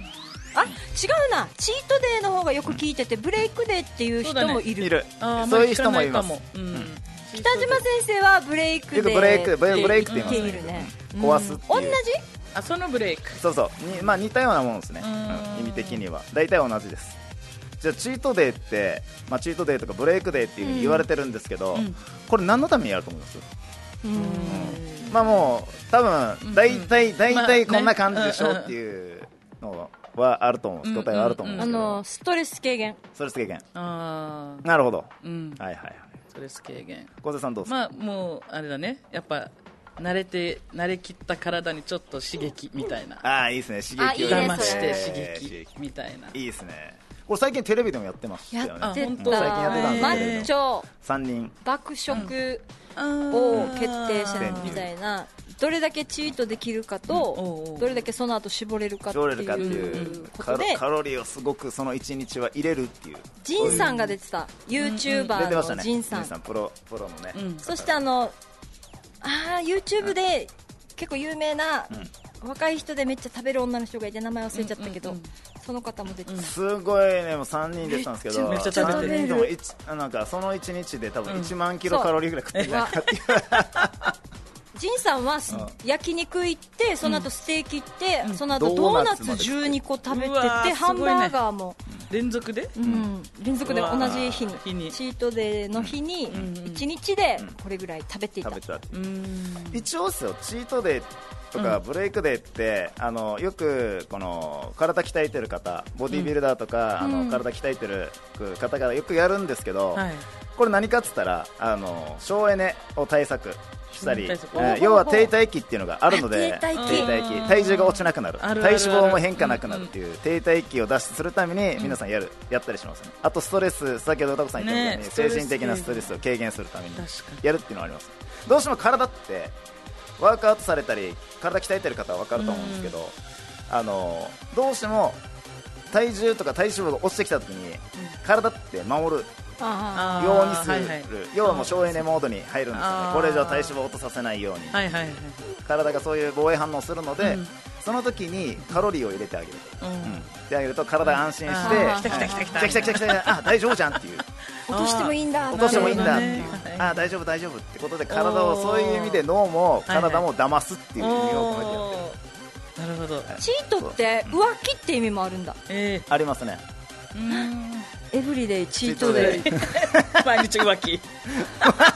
Speaker 1: うなチートデーの方がよく聞いててブレイクデーっていう人もいる、
Speaker 2: いる
Speaker 4: あー
Speaker 2: そういう人もい
Speaker 4: あ
Speaker 2: ま
Speaker 4: ん
Speaker 2: す
Speaker 4: まり聞かないかもうん
Speaker 1: 北島先生はブレイクデ
Speaker 2: よ
Speaker 1: ー
Speaker 2: くブレイクブレブレイクって言い
Speaker 1: 言って
Speaker 2: ます
Speaker 1: いる
Speaker 2: ね
Speaker 1: ね
Speaker 2: 壊すっていう
Speaker 1: 同じ
Speaker 4: あそのブレイク
Speaker 2: そうそうに、まあ、似たようなもんですね、
Speaker 4: ん
Speaker 2: うん意味的には大体同じですじゃあチートデーって、まあ、チートデーとかブレイクデーっていうふうに言われてるんですけど、これ何のためにやると思いますうんまあもう多分大体大体こんな感じでしょうっていうのはあると思うんです答えはあると思うんで
Speaker 1: あ
Speaker 2: すけど
Speaker 1: のストレス軽減
Speaker 2: それすげえ
Speaker 4: ああ
Speaker 2: なるほど、
Speaker 4: うん
Speaker 2: はいはいはい
Speaker 4: ストレス軽減
Speaker 2: 小手さんどうですか、
Speaker 4: まあもうあれだねやっぱ慣れて慣れきった体にちょっと刺激みたいな
Speaker 2: ああーいいですね刺激を
Speaker 1: あいいね
Speaker 4: 騙して
Speaker 2: それ
Speaker 4: 刺激みたいない
Speaker 2: いですねこれ最近テレビでもやってましたよね
Speaker 4: やってた
Speaker 2: うん最近やってたんです
Speaker 1: マ
Speaker 2: けれど
Speaker 1: ッチョ
Speaker 2: 3人
Speaker 1: 爆食
Speaker 4: を
Speaker 1: を決定してみたいなどれだけチートできるか
Speaker 4: うんおうお
Speaker 1: と
Speaker 4: う
Speaker 1: どれだけその後絞れるかって
Speaker 2: 絞れるかって
Speaker 1: い
Speaker 2: いうう
Speaker 1: こと
Speaker 2: カロ
Speaker 1: で
Speaker 2: カロリーをすごくその1日は入れるっていう
Speaker 1: ジンさんが出てた YouTuber
Speaker 2: 出てました
Speaker 1: の
Speaker 2: ね
Speaker 1: ジンさん
Speaker 2: プロプロのね、
Speaker 1: そしてあのあー YouTube で結構有名な若い人でめっちゃ食べる女の人がいて名前忘れちゃったけどその方も出てた
Speaker 2: すごいねもう3人でしたんですけど
Speaker 4: めっちゃ食べて
Speaker 2: 3
Speaker 4: る
Speaker 2: 人とも一なんかその1日で多分1万キロカロリーぐらい食ってるんじゃないかっていう、
Speaker 1: ジンさんはす焼肉行ってその後ステーキ行って、その後
Speaker 2: ド
Speaker 1: ド
Speaker 2: ー
Speaker 1: ー
Speaker 2: ナ
Speaker 1: ナ
Speaker 2: ツ
Speaker 1: ツ
Speaker 2: まで食って
Speaker 1: 12個食べてて、
Speaker 4: うわー
Speaker 1: ハンバーガーも、
Speaker 4: 連続で
Speaker 1: うん、連続で同じ日に
Speaker 4: うわー日に
Speaker 1: チートデーの日に1日でこれぐらい食べていた、
Speaker 2: 食べてたっていう
Speaker 4: うーん
Speaker 2: 一応ですよチートデーとかブレイクデーって、あのよくこの体鍛えてる方ボディービルダーとか、あの体鍛えてる方がよくやるんですけど、
Speaker 4: はい
Speaker 2: これ何かっつったらあの省エネを対策したり、
Speaker 4: 省エネ対策
Speaker 2: えー要は停滞期っていうのがあるので
Speaker 1: あ停滞期
Speaker 2: 滞期体重が落ちなくなる
Speaker 4: あるあるあ
Speaker 2: 体
Speaker 4: る
Speaker 2: 脂肪も変化なくなるっていう、停滞期を脱出するために皆さんやる、やったりしますねあとストレス先ほどタコさん言ったように、
Speaker 4: ねえ
Speaker 2: 精神的なス
Speaker 4: ス
Speaker 2: ト
Speaker 4: ト
Speaker 2: レ
Speaker 4: レ
Speaker 2: スを軽減するために
Speaker 4: 確かに
Speaker 2: やるっていうのはありますどうしても体ってワークアウトされたり体鍛えてる方は分かると思うんですけど、あのどうしても体重とか体脂肪が落ちてきた時に体って守る
Speaker 1: あ
Speaker 4: あ
Speaker 2: よ
Speaker 4: ー
Speaker 2: うにする、
Speaker 4: はいはい
Speaker 2: 要はもう省エネモードに入るんですよね
Speaker 4: あー
Speaker 2: これ以上体脂肪を落とさせないように、
Speaker 4: はいはいはい
Speaker 2: 体がそういう防衛反応をするので、その時にカロリーを入れてあげる、うん入れてあげると体が安心して、
Speaker 4: うん
Speaker 2: は
Speaker 4: あ
Speaker 2: い
Speaker 4: ー来た来た来た来た
Speaker 2: 来た来た来た あ大丈夫じゃんっていう
Speaker 1: あ落としてもいいんだ
Speaker 2: 落としてもいいんだっていう
Speaker 4: なるほどね
Speaker 2: あ大丈夫大丈夫ってことで体を
Speaker 4: おー
Speaker 2: そういう意味で脳も
Speaker 4: はいはい
Speaker 2: 体も騙すっていう意味を込めてやってる
Speaker 4: おーなるほど。
Speaker 1: チートって浮気って意味もあるんだ
Speaker 4: え
Speaker 2: あります ね
Speaker 4: えうん。
Speaker 1: エブリデイチートデイ
Speaker 2: チートデイ
Speaker 4: 毎日浮気。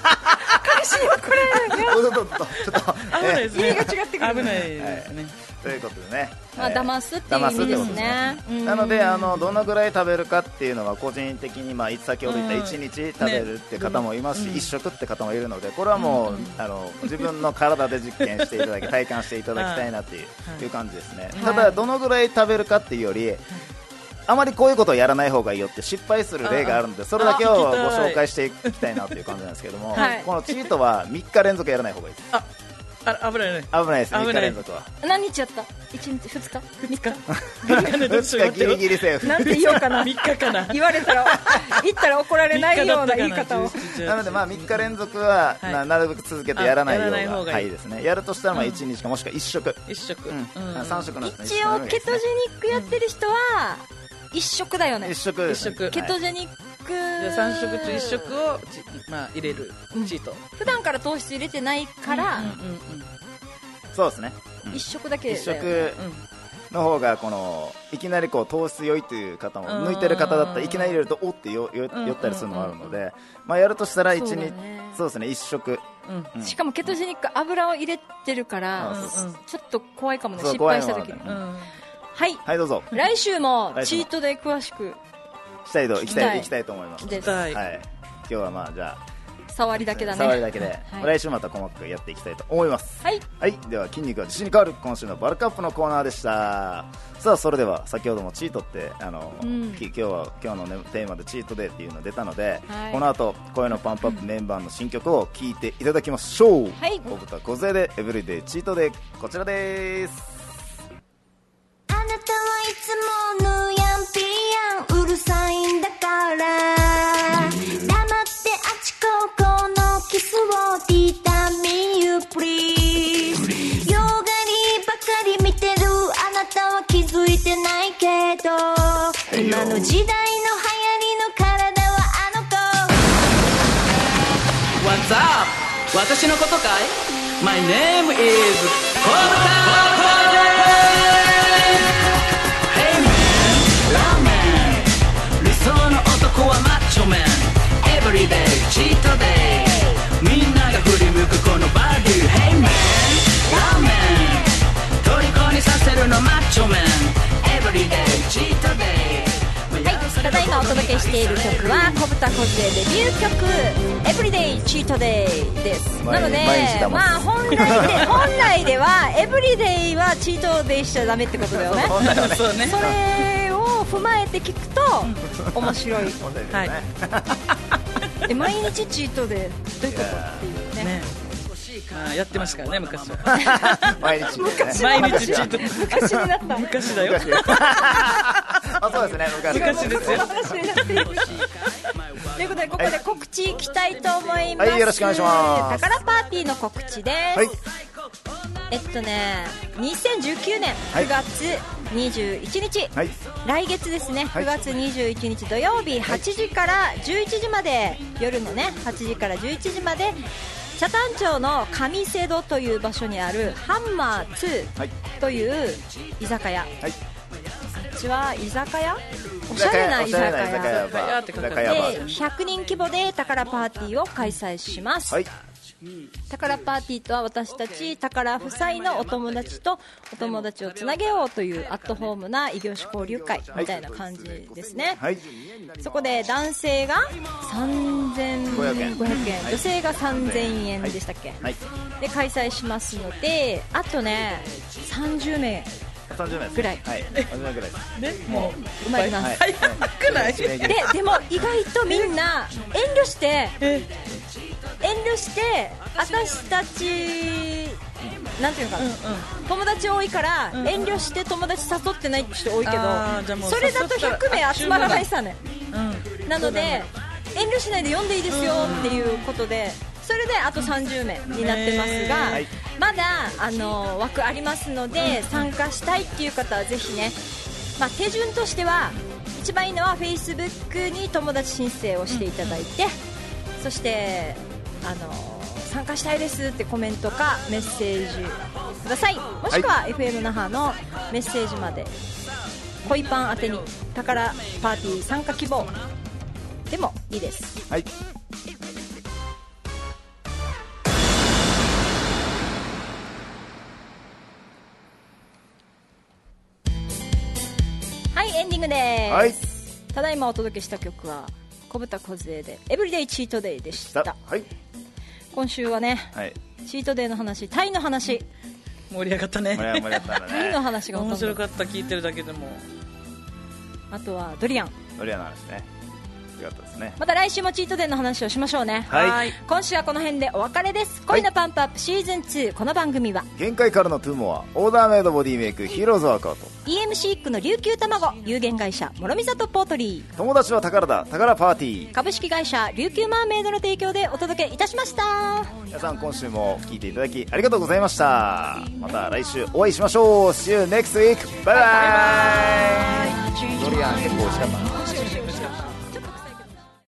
Speaker 2: おっとっとっとち ょっと
Speaker 4: 危ないですね。
Speaker 1: 意味が違ってくる
Speaker 4: 危ないですね。
Speaker 2: ということでね、
Speaker 1: まあ
Speaker 2: はい
Speaker 1: 騙すっていう意味ですね
Speaker 2: 騙すってことですね
Speaker 1: うん
Speaker 2: なのであのどのぐらい食べるかっていうのは個人的にまあい先ほど言った1日食べるって方もいますし、一食って方もいるのでこれはもう、あの自分の体で実験していただき体感していただきたいなっていう,、
Speaker 4: はい
Speaker 2: い、う感じですね、ただどのぐらい食べるかっていうより、あまりこういうことをやらない方がいいよって失敗する例があるのでそれだけをご
Speaker 4: あ聞きたい
Speaker 2: 紹介していきたいなっていう感じなんですけども、
Speaker 1: はい
Speaker 2: このチートは3日連続やらない方がいいです
Speaker 4: あら、危ないね。
Speaker 2: 危ないです
Speaker 4: 危ない
Speaker 2: 3日連続は
Speaker 1: 何日やった一日二日
Speaker 4: 二日。二 日ね、どうしよう
Speaker 2: 2日ギリギリセーフ
Speaker 1: なんて言おうかな
Speaker 4: 三日かな。
Speaker 1: 言われたら 言ったら怒られないような言い方を
Speaker 2: なのでまあ3日連続は
Speaker 4: はい
Speaker 2: ななるべく続けてやらないよ
Speaker 4: あやらないう方
Speaker 2: が
Speaker 4: が
Speaker 2: はい
Speaker 4: い
Speaker 2: いですねやるとしたらまあ1日かもしくは1食
Speaker 4: 一食。
Speaker 2: う
Speaker 4: うんん
Speaker 2: 3食のうちの
Speaker 1: 一応ケトジェニックやってる人は一食だよね
Speaker 2: 1食ですね
Speaker 4: 一食
Speaker 2: はい
Speaker 1: ケトジェニック
Speaker 4: じゃあ三食中一食をちまあ入れるチート。
Speaker 1: 普段から糖質入れてないから
Speaker 4: うんうん
Speaker 2: そうですね
Speaker 1: 一食だけ
Speaker 2: 1
Speaker 1: だよね
Speaker 2: 食
Speaker 4: うん。
Speaker 2: の方がこのいきなりこう糖質良いという方も抜いてる方だったらいきなり入れるとおってよよ
Speaker 4: ん
Speaker 2: 酔ったりするのもあるのでまあやるとしたら1
Speaker 1: そうだ
Speaker 2: 日
Speaker 1: ね
Speaker 2: そうですね1食うん
Speaker 1: しかもケトジェニック油を入れてるから
Speaker 2: あそう
Speaker 1: ちょっと怖いかもね
Speaker 2: そう
Speaker 1: 失敗した時
Speaker 2: 怖い
Speaker 1: に
Speaker 2: もん
Speaker 4: う
Speaker 2: ね
Speaker 4: ん。
Speaker 1: はい
Speaker 2: はいどうぞ
Speaker 1: 来週も
Speaker 2: 来週
Speaker 1: チ
Speaker 2: も
Speaker 1: ートで詳しく
Speaker 2: したいと行きたい
Speaker 1: 聞
Speaker 2: 行
Speaker 1: きた
Speaker 2: きたいと思います
Speaker 1: です
Speaker 4: は
Speaker 2: はい
Speaker 4: い。
Speaker 2: 今日はまあじゃあ
Speaker 1: 触りだけだね
Speaker 2: 触りだけで
Speaker 1: はい
Speaker 2: 来週また細かくやっていきたいと思います
Speaker 1: はい
Speaker 2: はい、では筋肉は自信に変わる今週のバルカップのコーナーでしたさあそれでは先ほどもチートってあの、
Speaker 1: うん
Speaker 2: き今日は今日の、ね、テーマでチートデーっていうの出たので、
Speaker 1: はい
Speaker 2: この後声のパンプアップメンバーの新曲を聴いていただきましょう
Speaker 1: はい
Speaker 2: 小豚小勢でエブリデイチートデーこちらです
Speaker 7: あなたはいつもぬやんぴーやんうるさいんだから黙ってあちこちのキスを t タ m e you please 洋画にばかり見てるあなたは気づいてないけど今の時代の流行りの体はあの子
Speaker 6: What's up? 私のことかい ?My name is コブタコゼ Hey man, ラーメン理想の男はマッチョメン Everyday, cheat day みんなが振り向くこのバディ Hey man, ラーメン虜にさせるのマッチョメン Everyday, cheat day
Speaker 1: はい、ただいまお届けしている曲は小豚小杖デビュー曲「エブリデイチートデイですな
Speaker 2: 毎
Speaker 1: の
Speaker 2: 日
Speaker 1: で
Speaker 2: 毎日、騙す
Speaker 1: まあ、本来で 本来ではエブリデイはチートデイしちゃダメってことだよね
Speaker 4: そうね
Speaker 1: そ。れを踏まえて聞くと面白い
Speaker 2: 問題です
Speaker 4: はい
Speaker 1: え毎日チートデイどういうことっていうね
Speaker 4: ね。まあやってましたからね昔は。
Speaker 2: 毎日ね
Speaker 4: 毎日チート。
Speaker 1: 昔になった
Speaker 4: 昔だよ。
Speaker 2: あそうですね昔
Speaker 4: 昔ですよ。
Speaker 1: 話になっているということでここで告知いきたいと思います、
Speaker 2: はいよろしくお願いします
Speaker 1: 宝パーティーの告知です、
Speaker 2: はい
Speaker 1: えっとね2019年
Speaker 2: はい
Speaker 1: 9月21日、
Speaker 2: はい
Speaker 1: 来月ですね
Speaker 2: はい
Speaker 1: 9月21日土曜日8時から11時まで夜のね8時から11時まで北谷町の上瀬戸という場所にあるハンマー
Speaker 2: はい
Speaker 1: 2という居酒屋、
Speaker 2: はい
Speaker 1: こっちは居酒屋おしゃれな
Speaker 2: お
Speaker 1: 居
Speaker 2: し
Speaker 1: 酒
Speaker 2: ゃ
Speaker 1: 屋
Speaker 2: れな居酒屋バー居酒屋バ
Speaker 1: で
Speaker 2: ー
Speaker 1: 100人規模で宝パーティーを開催します、
Speaker 2: はい
Speaker 1: 宝パーティーとは私たち宝夫妻のお友達とお友達をつなげようというアットホームな異業種交流会みたいな感じですね、
Speaker 2: はい
Speaker 1: そこで男性が3500
Speaker 2: 500円
Speaker 1: 円女性が3000円でしたっけ、
Speaker 2: はい
Speaker 1: で開催しますのであとね30名
Speaker 2: 30名です
Speaker 1: ぐらい
Speaker 2: はい30名ぐらいです
Speaker 4: ねもう。
Speaker 1: 埋まります、
Speaker 2: はい
Speaker 4: 早くない
Speaker 2: 締め切
Speaker 1: で
Speaker 2: り
Speaker 1: でも意外とみんな遠慮して遠慮して私たちなんていうのかな、友達多いから遠慮して友達誘ってないって人多いけど、
Speaker 4: あーじゃあもう
Speaker 1: それだと
Speaker 4: 誘った
Speaker 1: 100
Speaker 4: ら
Speaker 1: 名集まらないさね
Speaker 4: うん。
Speaker 1: なので遠慮しないで読んでいいですよっていうことでそれであと30名になってますが、
Speaker 2: はい
Speaker 1: まだあの枠ありますので参加したいっていう方はぜひね、まあ、手順としては一番いいのは Facebook に友達申請をしていただいてそしてあの参加したいですってコメントかメッセージくださいもしくは FM 那覇のメッセージまで恋パン宛てに宝パーティー参加希望でもいいです
Speaker 2: はい
Speaker 1: はいエンディングです、
Speaker 2: はい
Speaker 1: ただいまお届けした曲は小豚梢で「エブリデイチートデイ」でし
Speaker 2: さ
Speaker 1: た
Speaker 2: はい
Speaker 1: 今週はね
Speaker 2: はい
Speaker 1: チートデイの話タイの話
Speaker 4: 盛り上がったね
Speaker 2: 盛り上が盛り 上がったん
Speaker 1: タイの
Speaker 2: だね
Speaker 1: 話がほ
Speaker 4: 面
Speaker 1: と
Speaker 4: 白
Speaker 1: んど
Speaker 4: かった聞いてるだけでも
Speaker 1: あとはドリアン
Speaker 2: ノリアの話ねよかったですね
Speaker 1: また来週もチートデイの話をしましょうね
Speaker 2: はい
Speaker 1: 今週はこの辺でお別れです
Speaker 2: はい
Speaker 1: 恋のパンプアップシーズン2この番組は
Speaker 2: 限界からのトゥモアオーダーメイドボディメイクヒーローズワークアウト
Speaker 1: EMC ックの琉球卵有限会社諸見里ポートリ
Speaker 2: 友達は宝だ宝パーティ
Speaker 1: ー
Speaker 2: ー
Speaker 1: 株式会社琉球マーメイドの提供でお届けいたしました
Speaker 2: 皆さん今週も聞いていただきありがとうございましたまた来週お会いしましょう See you next week バイバイドリアン結構美味しかったな